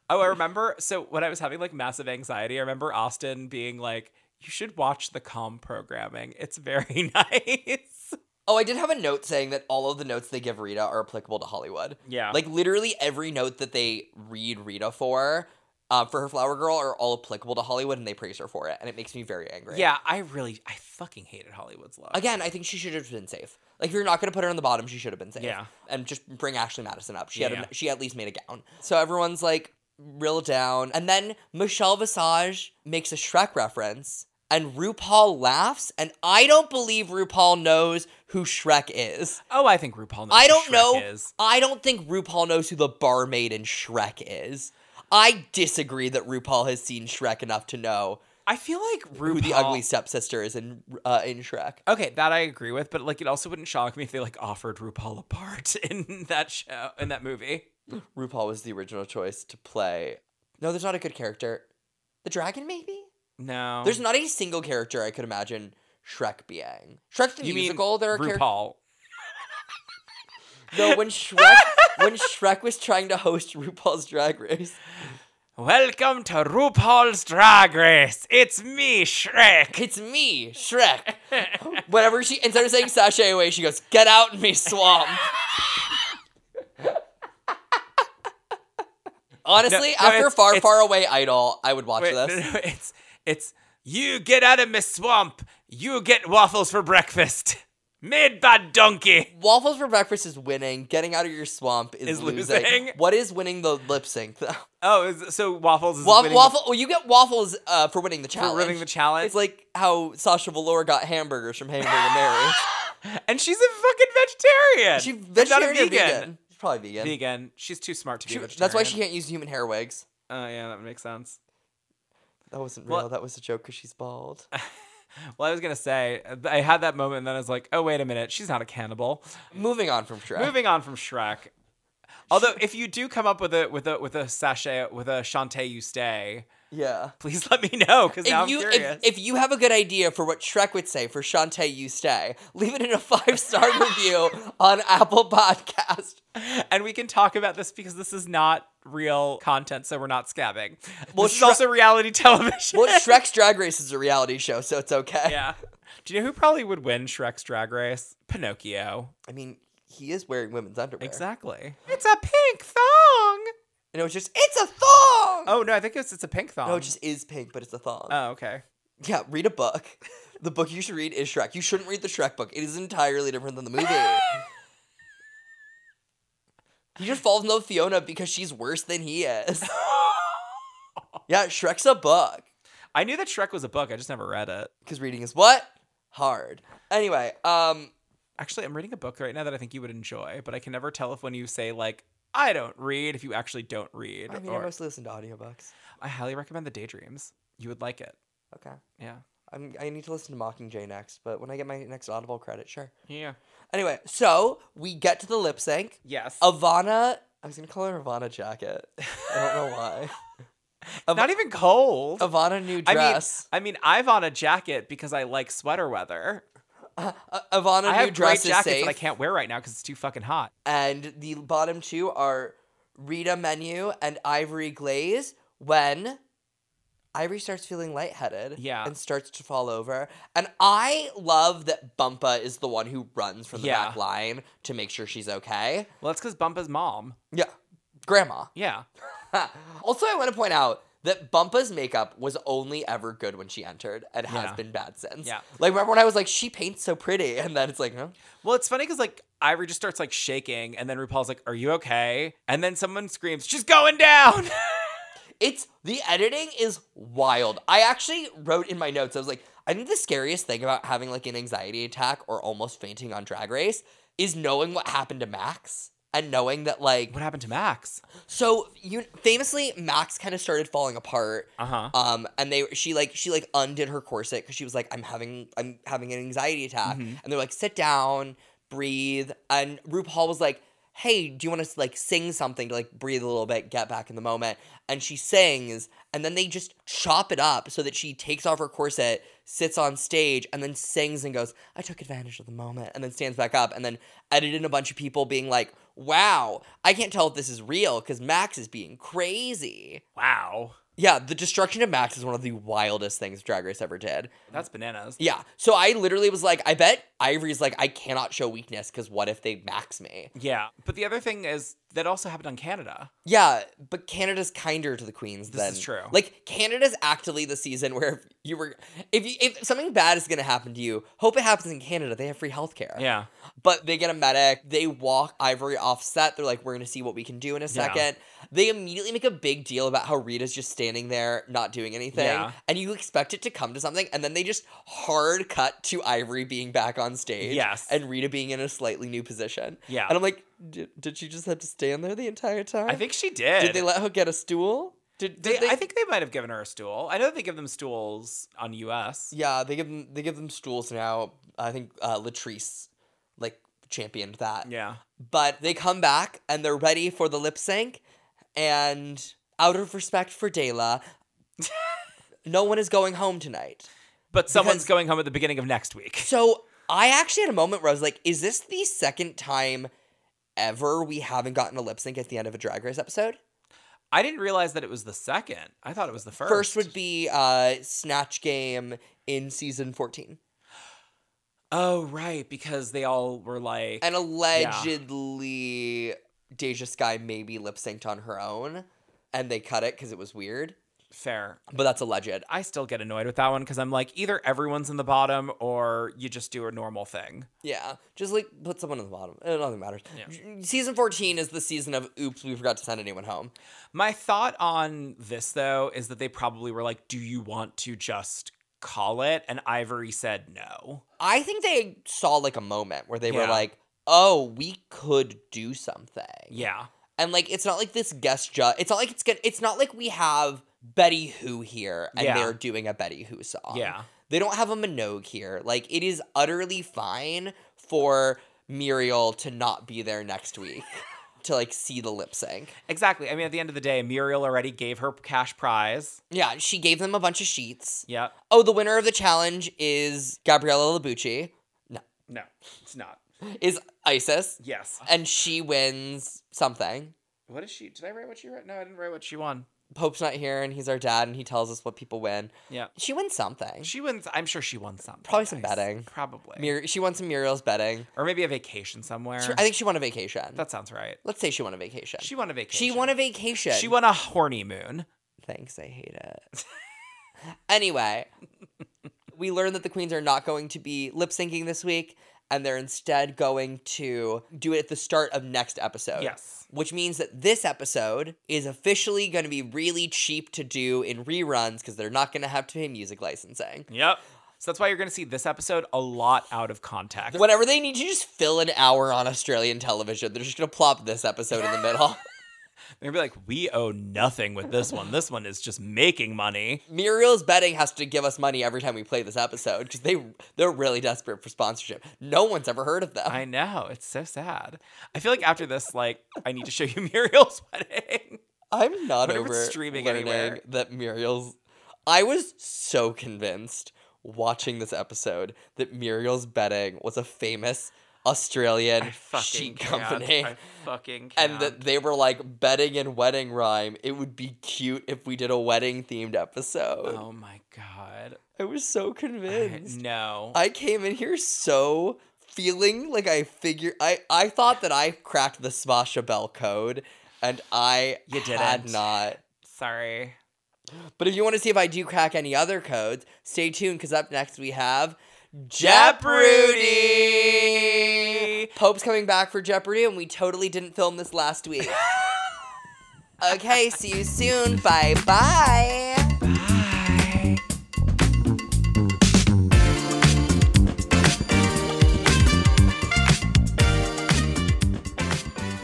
A: Oh, I remember. So when I was having like massive anxiety, I remember Austin being like, "You should watch the calm programming. It's very [laughs] nice."
B: Oh, I did have a note saying that all of the notes they give Rita are applicable to Hollywood.
A: Yeah.
B: Like literally every note that they read Rita for, uh, for her Flower Girl, are all applicable to Hollywood, and they praise her for it, and it makes me very angry.
A: Yeah, I really, I fucking hated Hollywood's Love.
B: Again, I think she should have been safe. Like if you're not gonna put her on the bottom, she should have been safe.
A: Yeah.
B: And just bring Ashley Madison up. She had
A: Yeah.
B: a, she at least made a gown. So everyone's like real down. And then Michelle Visage makes a Shrek reference and RuPaul laughs and I don't believe RuPaul knows who Shrek is.
A: Oh, I think RuPaul knows.
B: I
A: who
B: don't
A: Shrek
B: know.
A: Is.
B: I don't think RuPaul knows who the barmaid in Shrek is. I disagree that RuPaul has seen Shrek enough to know
A: I feel like RuPaul.
B: who the ugly stepsister is in uh, in Shrek.
A: Okay, that I agree with, but like, it also wouldn't shock me if they like offered RuPaul a [laughs] part in that show in that movie.
B: RuPaul was the original choice to play No, there's not a good character. The dragon, maybe?
A: No.
B: There's not a single character I could imagine Shrek being. Shrek the
A: you
B: musical,
A: mean
B: there are characters.
A: RuPaul.
B: No, when
A: [laughs]
B: Shrek when Shrek was trying to host RuPaul's Drag Race,
A: Welcome to RuPaul's Drag Race. It's me, Shrek.
B: it's me,
A: [laughs]
B: Shrek. Whenever she instead of saying sashay away, she goes, "Get out
A: [laughs]
B: me swamp." Honestly,
A: No, no,
B: after
A: it's-
B: far,
A: it's-
B: far away idol, I would watch
A: Wait, no, [laughs]
B: this.
A: no, it's it's you get out of Miss Swamp. You get waffles for breakfast. Made by donkey.
B: Waffles for breakfast is winning. Getting out of your swamp is,
A: Is
B: losing.
A: losing.
B: What is winning the lip sync [laughs] though?
A: Oh, is, so waffles is
B: Wa-
A: winning the-
B: waffle. Well, you get waffles uh, for winning the challenge.
A: for winning the challenge.
B: It's like how Sasha Velour got hamburgers from Hamburger
A: [laughs]
B: Mary.
A: and she's a fucking vegetarian.
B: She
A: But
B: vegetarian or vegan. She's probably vegan.
A: Vegan. She's too smart to be
B: She-
A: a vegetarian.
B: that's why she can't use human hair wigs.
A: Oh yeah, that makes sense.
B: That wasn't real.
A: Well-
B: that was a joke because
A: [laughs]
B: she's bald.
A: Well, I was gonna say uh, I had that moment, and then I was like, oh wait a minute, she's not a
B: [laughs]
A: cannibal.
B: Moving on from Shrek.
A: Moving on from Shrek. Although, if you do come up with a with a with a sachet with a Shantae you stay,
B: yeah.
A: please [laughs] let me know because now
B: If
A: I'm
B: you
A: curious.
B: if, if you have a good idea for what Shrek would say for Shantae, you stay. Leave it in a [laughs] five star review on Apple Podcast.
A: and we can talk about this because this is not real content, so we're not scabbing.
B: Well,
A: Well, this is
B: Shrek-
A: also reality [laughs] television.
B: Well, Shrek's Drag Race is a reality show, so it's okay.
A: yeah. Do you know who probably would win Shrek's Drag Race? Pinocchio.
B: I mean, he is wearing women's underwear.
A: Exactly. It's a pink thong.
B: And it was just it's a thong.
A: Oh no, I think it's it's a pink thong.
B: No, it just is pink, but it's a thong.
A: oh okay.
B: Yeah, read a book. [laughs] The book you should read is Shrek. You shouldn't read the Shrek book. It is entirely different than the movie.
A: [laughs]
B: he just falls in love with Fiona because she's worse than
A: [laughs]
B: he is. Yeah, Shrek's a book.
A: I knew that Shrek was a book. I just never read it.
B: Because reading is what? Hard. Anyway, um,
A: Actually, I'm reading a book right now that I think you would enjoy, but I can never tell if when you say like I don't read if you actually don't read.
B: I mean, I
A: or-
B: mostly listen to audiobooks.
A: I highly recommend The Daydreams. You would like it.
B: Okay.
A: Yeah.
B: I'm, I need to listen to Mockingjay next, but when I get my next Audible credit, sure.
A: Yeah.
B: Anyway, so we get to the lip sync.
A: Yes.
B: Ivana, I was going to call her
A: [laughs]
B: Ivana Jacket. I don't know why.
A: Not even cold.
B: Ivana
A: I
B: new
A: mean-
B: dress. [laughs]
A: I mean, I've on a jacket because I like sweater weather.
B: Uh, uh, Ivana
A: I
B: new
A: have great
B: dress is
A: jackets
B: safe,
A: that I can't wear right now because it's too fucking hot.
B: and the bottom two are Rita Menu and Ivory Glaze. When Ivory starts feeling lightheaded,
A: Yeah.
B: and starts to fall over, and I love that Bumpa is the one who runs from the back
A: Yeah.
B: line to make sure she's okay.
A: Well, that's because Bumpa's mom.
B: Yeah, Grandma.
A: Yeah.
B: [laughs] also, I want to point out that Bumpa's makeup was only ever good when she entered and has
A: Yeah.
B: been bad since.
A: Yeah.
B: Like, remember when I was like, she paints so pretty, [laughs] and then it's like, huh?
A: Well, it's funny because like Ivory just starts like shaking, and then RuPaul's like, "Are you okay?" And then someone screams, "She's going down!" [laughs]
B: It's the editing is wild. I actually wrote in my notes, I was like, I think the scariest thing about having like an anxiety attack or almost fainting on Drag Race is knowing what happened to Max and knowing that like
A: what happened to Max?
B: so you famously Max kind of started falling apart.
A: Uh huh.
B: Um, and they she like she like undid her corset because she was like, I'm having I'm having an anxiety attack. And they're like, sit down, breathe. And RuPaul was like, Hey, do you want to like sing something to like breathe a little bit, get back in the moment? And she sings, and then they just chop it up so that she takes off her corset, sits on stage, and then sings and goes, I took advantage of the moment, and then stands back up, and then edited in a bunch of people being like, Wow, I can't tell if this is real because Max is being crazy.
A: Wow,
B: Yeah, the destruction of Max is one of the wildest things Drag Race ever did.
A: that's bananas.
B: Yeah, so I literally was like, I bet Ivory's like, I cannot show weakness because what if they max me?
A: Yeah, but the other thing is that also happened on Canada.
B: Yeah, but Canada's kinder to the queens.
A: This
B: than,
A: is true.
B: Like Canada's actively the season where if you were, if you, if something bad is gonna happen to you, hope it happens in Canada. They have free healthcare.
A: Yeah,
B: But they get a medic. They walk Ivory off set. They're like, we're going to see what we can do in a second. They immediately make a big deal about how Rita's just standing there, not doing anything.
A: Yeah.
B: And you expect it to come to something. And then they just hard cut to Ivory being back on stage.
A: Yes.
B: And Rita being in a slightly new position.
A: Yeah.
B: And I'm like, did, did she just have to stand there the entire time?
A: I think she did.
B: Did they let her get a stool? Did,
A: They,
B: did they,
A: I think they might have given her a stool. I know that they give them stools on US.
B: Yeah, they give them they give them stools now. I think uh, Latrice like championed that.
A: Yeah.
B: But they come back and they're ready for the lip sync. And out of respect for Dela, no one is going home tonight.
A: But someone's going home at the beginning of next week. [laughs]
B: So I actually had a moment where I was like, is this the second time ever we haven't gotten a lip sync at the end of a Drag Race episode?
A: I didn't realize that it was the second. I thought it was the first.
B: First would be uh, Snatch Game in season 14.
A: Oh, right, because they all were like
B: And allegedly, Deja Sky maybe lip synced on her own and they cut it because it was weird.
A: fair.
B: But that's alleged.
A: I still get annoyed with that one because I'm like, either everyone's in the bottom or you just do a normal thing.
B: Yeah, just like put someone on the bottom. It nothing matters. Season 14 is the season of oops, we forgot to send anyone home.
A: My thought on this though is that they probably were like, do you want to just call it? And Ivory said no.
B: I think they saw like a moment where they were
A: Yeah.
B: like, oh, we could do something.
A: Yeah.
B: And like, it's not like this guest judge, it's not like it's good, it's not like we have Betty Who here and
A: Yeah.
B: they're doing a Betty Who song.
A: Yeah.
B: They don't have a Minogue here. Like, it is utterly fine for Muriel to not be there
A: [laughs]
B: next week to like see the lip sync.
A: Exactly. I mean, at the end of the day, Muriel already gave her cash prize.
B: Yeah, she gave them a bunch of sheets.
A: Yep.
B: Oh, the winner of the challenge is Gabriella Labucci,
A: No, it's not.
B: is Isis,
A: Yes.
B: and she wins something.
A: What is she? Did I write what she wrote? No, I didn't write what she won.
B: Pope's not here, and he's our dad, and he tells us what people win.
A: Yeah.
B: She wins something.
A: She wins. I'm sure she won something.
B: Probably some
A: guys.
B: betting.
A: Probably.
B: Mur- she won some Muriel's betting.
A: or maybe a vacation somewhere.
B: I think she won a vacation.
A: that sounds right.
B: Let's say she won a vacation.
A: She won a vacation.
B: She won a vacation.
A: She won a horny moon.
B: Thanks, I hate it. [laughs]
A: [laughs]
B: anyway, we learned that the queens are not going to be lip syncing this week, and they're instead going to do it at the start of next episode.
A: Yes.
B: Which means that this episode is officially going to be really cheap to do in reruns because they're not going to have to pay music licensing.
A: Yep. So that's why you're going to see this episode a lot out of context.
B: Whenever they need to just fill an hour on Australian television, they're just going to plop this episode in the middle.
A: They're going to be like, we owe nothing with this one. This one is just making money.
B: Muriel's betting has to give us money every time we play this episode because they they're really desperate for sponsorship. No one's ever heard of them.
A: I know. It's so sad. I feel like after this, like, I need to show you [laughs] Muriel's wedding.
B: I'm not
A: wonder if
B: over
A: it's streaming
B: learning
A: anywhere.
B: that Muriel's. I was so convinced watching this episode that Muriel's betting was a famous Australian sheet company.
A: fucking
B: [laughs] and that they were like betting and wedding rhyme. It would be cute if we did a wedding themed episode.
A: Oh my God.
B: I was so
A: I,
B: convinced.
A: no.
B: I came in here so feeling like I figured I I thought that I cracked the Smasha Bell code and I
A: You
B: had
A: didn't.
B: not.
A: Sorry.
B: But if you want to see if I do crack any other codes, stay tuned cuz up next we have Jeopardy. Pope's coming back for Jeopardy and we totally didn't film this last [laughs] week. okay, see you soon. Bye-bye.
A: Bye.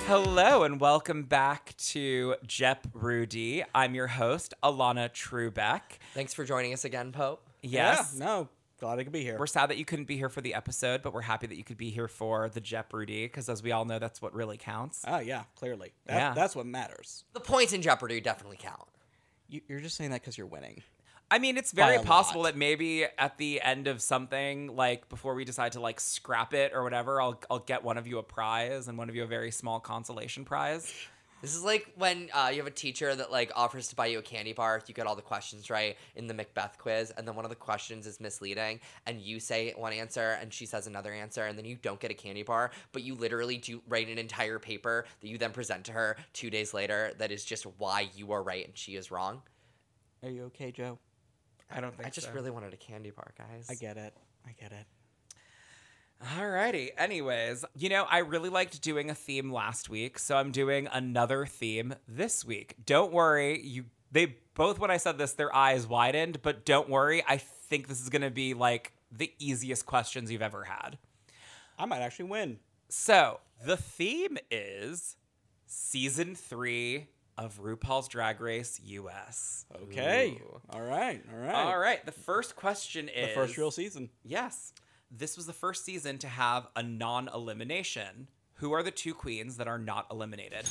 A: Hello and welcome back to Jep Rudy. I'm your host, Alana Trubeck.
B: Thanks for joining us again, Pope.
A: Yes.
C: Yeah, no, glad I could be here.
A: We're sad that you couldn't be here for the episode, but we're happy that you could be here for the Jep Rudy, because as we all know, that's what really counts.
C: Oh yeah, clearly. That,
A: Yeah.
C: That's what matters.
B: The points in Jeopardy definitely count.
C: You, you're just saying that because you're winning.
A: I mean, it's
B: By
A: very
B: a
A: possible
B: lot.
A: that maybe at the end of something, like before we decide to like scrap it or whatever, I'll I'll get one of you a prize and one of you a very small consolation prize.
B: This is like when uh, you have a teacher that like offers to buy you a candy bar if you get all the questions right in the Macbeth quiz, and then one of the questions is misleading, and you say one answer and she says another answer, and then you don't get a candy bar, but you literally do write an entire paper that you then present to her two days later that is just why you are right and she is wrong.
C: Are you okay, Joe?
A: I don't think
B: I just
A: so.
B: really wanted a candy bar, guys.
C: I get it. I get it.
A: Alrighty. Anyways, you know, I really liked doing a theme last week, so I'm doing another theme this week. Don't worry, you they both when I said this, their eyes widened, but don't worry, I think this is gonna be like the easiest questions you've ever had.
C: I might actually win.
A: So the theme is season three of RuPaul's Drag Race US.
C: Okay.
B: Ooh.
C: All right. All right.
A: All right. The first question
C: The
A: is
C: first real season.
A: Yes. This was the first season to have a non elimination. Who are the two queens that are not eliminated?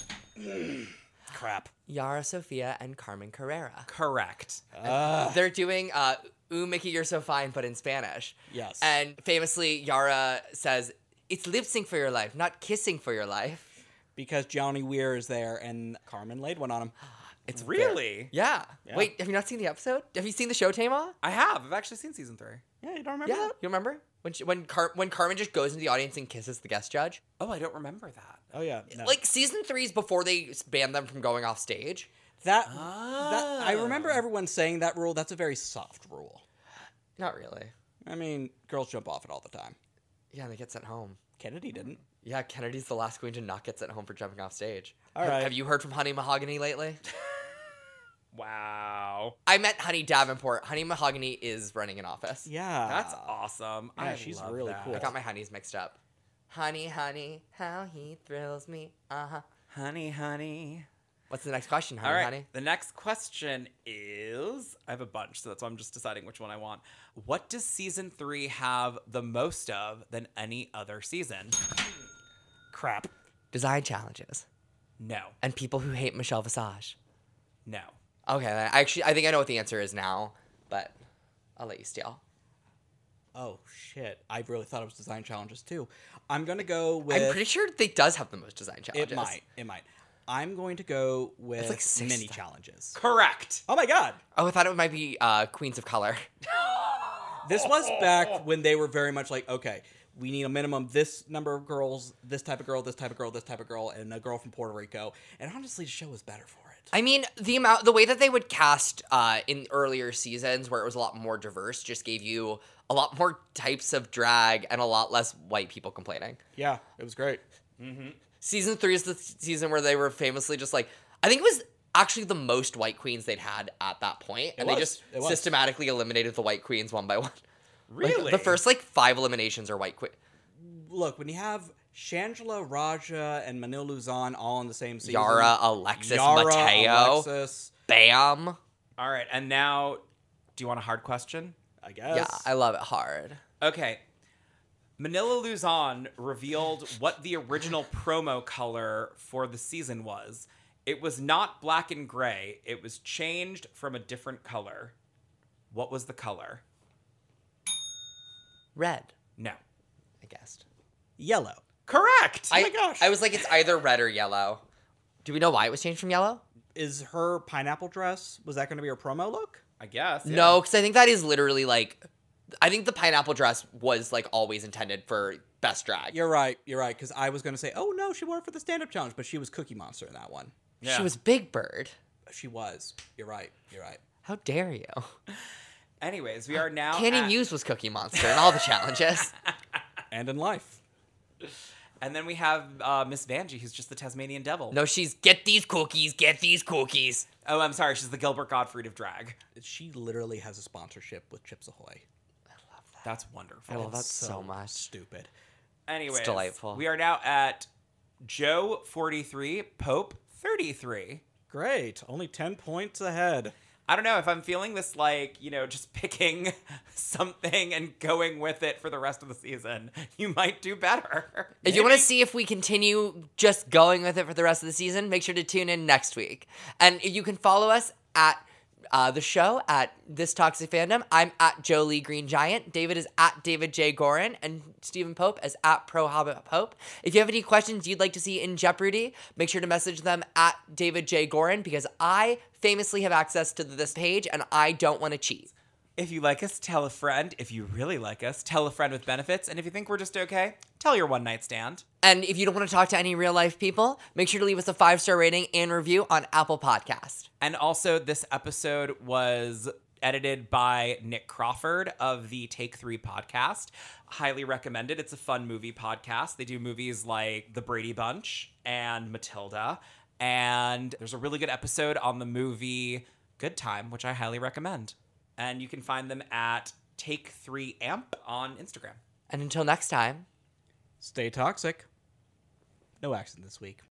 C: crap.
B: Yara Sofia and Carmen Carrera.
A: Correct.
B: They're doing uh, "Ooh, Mickey, you're so fine," but in Spanish.
C: Yes.
B: And famously, Yara says, "It's lip sync for your life, not kissing for your life."
C: Because Johnny Weir is there and Carmen laid one on him.
A: It's really.
B: Yeah.
C: Yeah.
B: Wait, have you not seen the episode? Have you seen the show, Tama?
A: I have. I've actually seen season three.
C: [gasps] Yeah, you don't remember
B: Yeah.
C: that?
B: You remember when she, when Car- when Carmen just goes into the audience and kisses the guest judge?
A: Oh, I don't remember that.
C: Oh yeah. no.
B: Like season three's before they banned them from going off stage.
C: that,
A: Ah.
C: that I remember everyone saying that rule, that's a very soft rule.
B: Not really.
C: I mean, girls jump off it all the time.
B: Yeah, and they get sent home.
C: Kennedy didn't.
B: Yeah, Kennedy's the last queen to not get sent home for jumping off stage.
C: All
B: Have-
C: right.
B: Have you heard from Honey Mahogany [laughs] lately?
A: Wow.
B: I met Honey Davenport. Honey Mahogany is running an office.
C: Yeah.
A: That's awesome.
C: yeah,
A: I
C: she's
A: love
C: really
A: that.
C: cool.
B: I got my honeys mixed up. Honey, honey, how he thrills me. Uh huh.
A: Honey, honey.
B: What's the next question, honey,
A: All right.
B: honey?
A: The next question is I have a bunch, so that's why I'm just deciding which one I want. What does season three have the most of than any other season?
C: crap.
B: Design challenges
A: No,
B: and people who hate Michelle Visage.
A: no.
B: Okay, I actually I think I know what the answer is now, but I'll let you steal.
C: Oh shit. I really thought it was design challenges too. I'm gonna go with
B: I'm pretty sure they does have the most design
C: it
B: challenges.
C: might. It might. I'm going to go with
B: like six
C: mini
B: times.
C: challenges.
A: Correct.
C: Oh my god.
B: Oh, I thought it might be uh, Queens of Color. [laughs]
C: This was back when they were very much like, okay, we need a minimum this number of girls, this type of girl, this type of girl, this type of girl, and a girl from Puerto Rico. And honestly, the show was better for it.
B: I mean, the amount, the way that they would cast uh, in earlier seasons, where it was a lot more diverse, just gave you a lot more types of drag and a lot less white people complaining.
C: Yeah, it was great.
B: Season three is the season where they were famously just like, I think it was actually the most white queens they'd had at that point, and they
C: was,
B: just
C: it was.
B: systematically eliminated the white queens one by one. [laughs]
A: Really?
B: the first like five eliminations are white queen.
C: Look, when you have Shangela, Raja, and Manil Luzon all in the same season,
B: Yara, Alexis,
C: Yara,
B: Mateo,
C: Alexis,
B: Bam.
A: All right. And now, do you want a hard question?
C: I guess.
B: Yeah, I love it hard.
A: Okay. Manila Luzon revealed what the original promo color for the season was. It was not black and gray, it was changed from a different color. What was the color?
B: Red,
A: No.
B: I guessed.
C: Yellow.
A: Correct.
B: I,
C: Oh my gosh.
B: I was like, it's either red or yellow. Do we know why it was changed from yellow?
C: Is her pineapple dress, was that going to be her promo look?
A: I guess. yeah.
B: No, because I think that is literally like, I think the pineapple dress was like always intended for best drag.
C: You're right. You're right. Because I was going to say, oh no, she wore it for the stand up challenge, but she was Cookie Monster in that one.
A: Yeah.
B: She was Big Bird.
C: She was. You're right. You're right.
B: How dare you?
A: Anyways, we are now.
B: Candy
A: at-
B: Muse was Cookie Monster in all the challenges.
C: And in life.
A: And then we have uh, Miss Vanjie, who's just the Tasmanian devil.
B: No, she's get these cookies, get these cookies.
A: Oh, I'm sorry. She's the Gilbert Gottfried of drag.
C: She literally has a sponsorship with Chips Ahoy.
A: Oh, That's wonderful.
B: I love that so, much.
C: Stupid.
A: Anyways,
B: delightful.
A: We are now at Joe 43, Pope 33.
C: Great. Only 10 points ahead.
A: I don't know if I'm feeling this like, you know, just [laughs] picking something and going with it for the rest of the season. You might do better.
B: If you want to see if we continue just going with it for the rest of the season, make sure to tune in next week. And you can follow us at uh, the show at This Toxic Fandom. I'm at Jolie Green Giant. David is at David J. Gorin. And Stephen Pope is at Pro Hobbit Pope. If you have any questions you'd like to see in Jeopardy, make sure to message them at David J. Gorin because I famously have access to this page and I don't want to cheat.
A: If you like us, tell a friend. If you really like us, tell a friend with benefits. And if you think we're just okay, tell your one night stand.
B: And if you don't want to talk to any real life people, make sure to leave us a five star rating and review on Apple Podcast.
A: And also, this episode was edited by Nick Crawford of the Take Three podcast. Highly recommended. It's a fun movie podcast. They do movies like The Brady Bunch and Matilda. And there's a really good episode on the movie Good Time, which I highly recommend. And you can find them at Take Three Amp on Instagram.
B: And until next time.
C: Stay toxic. No accent this week.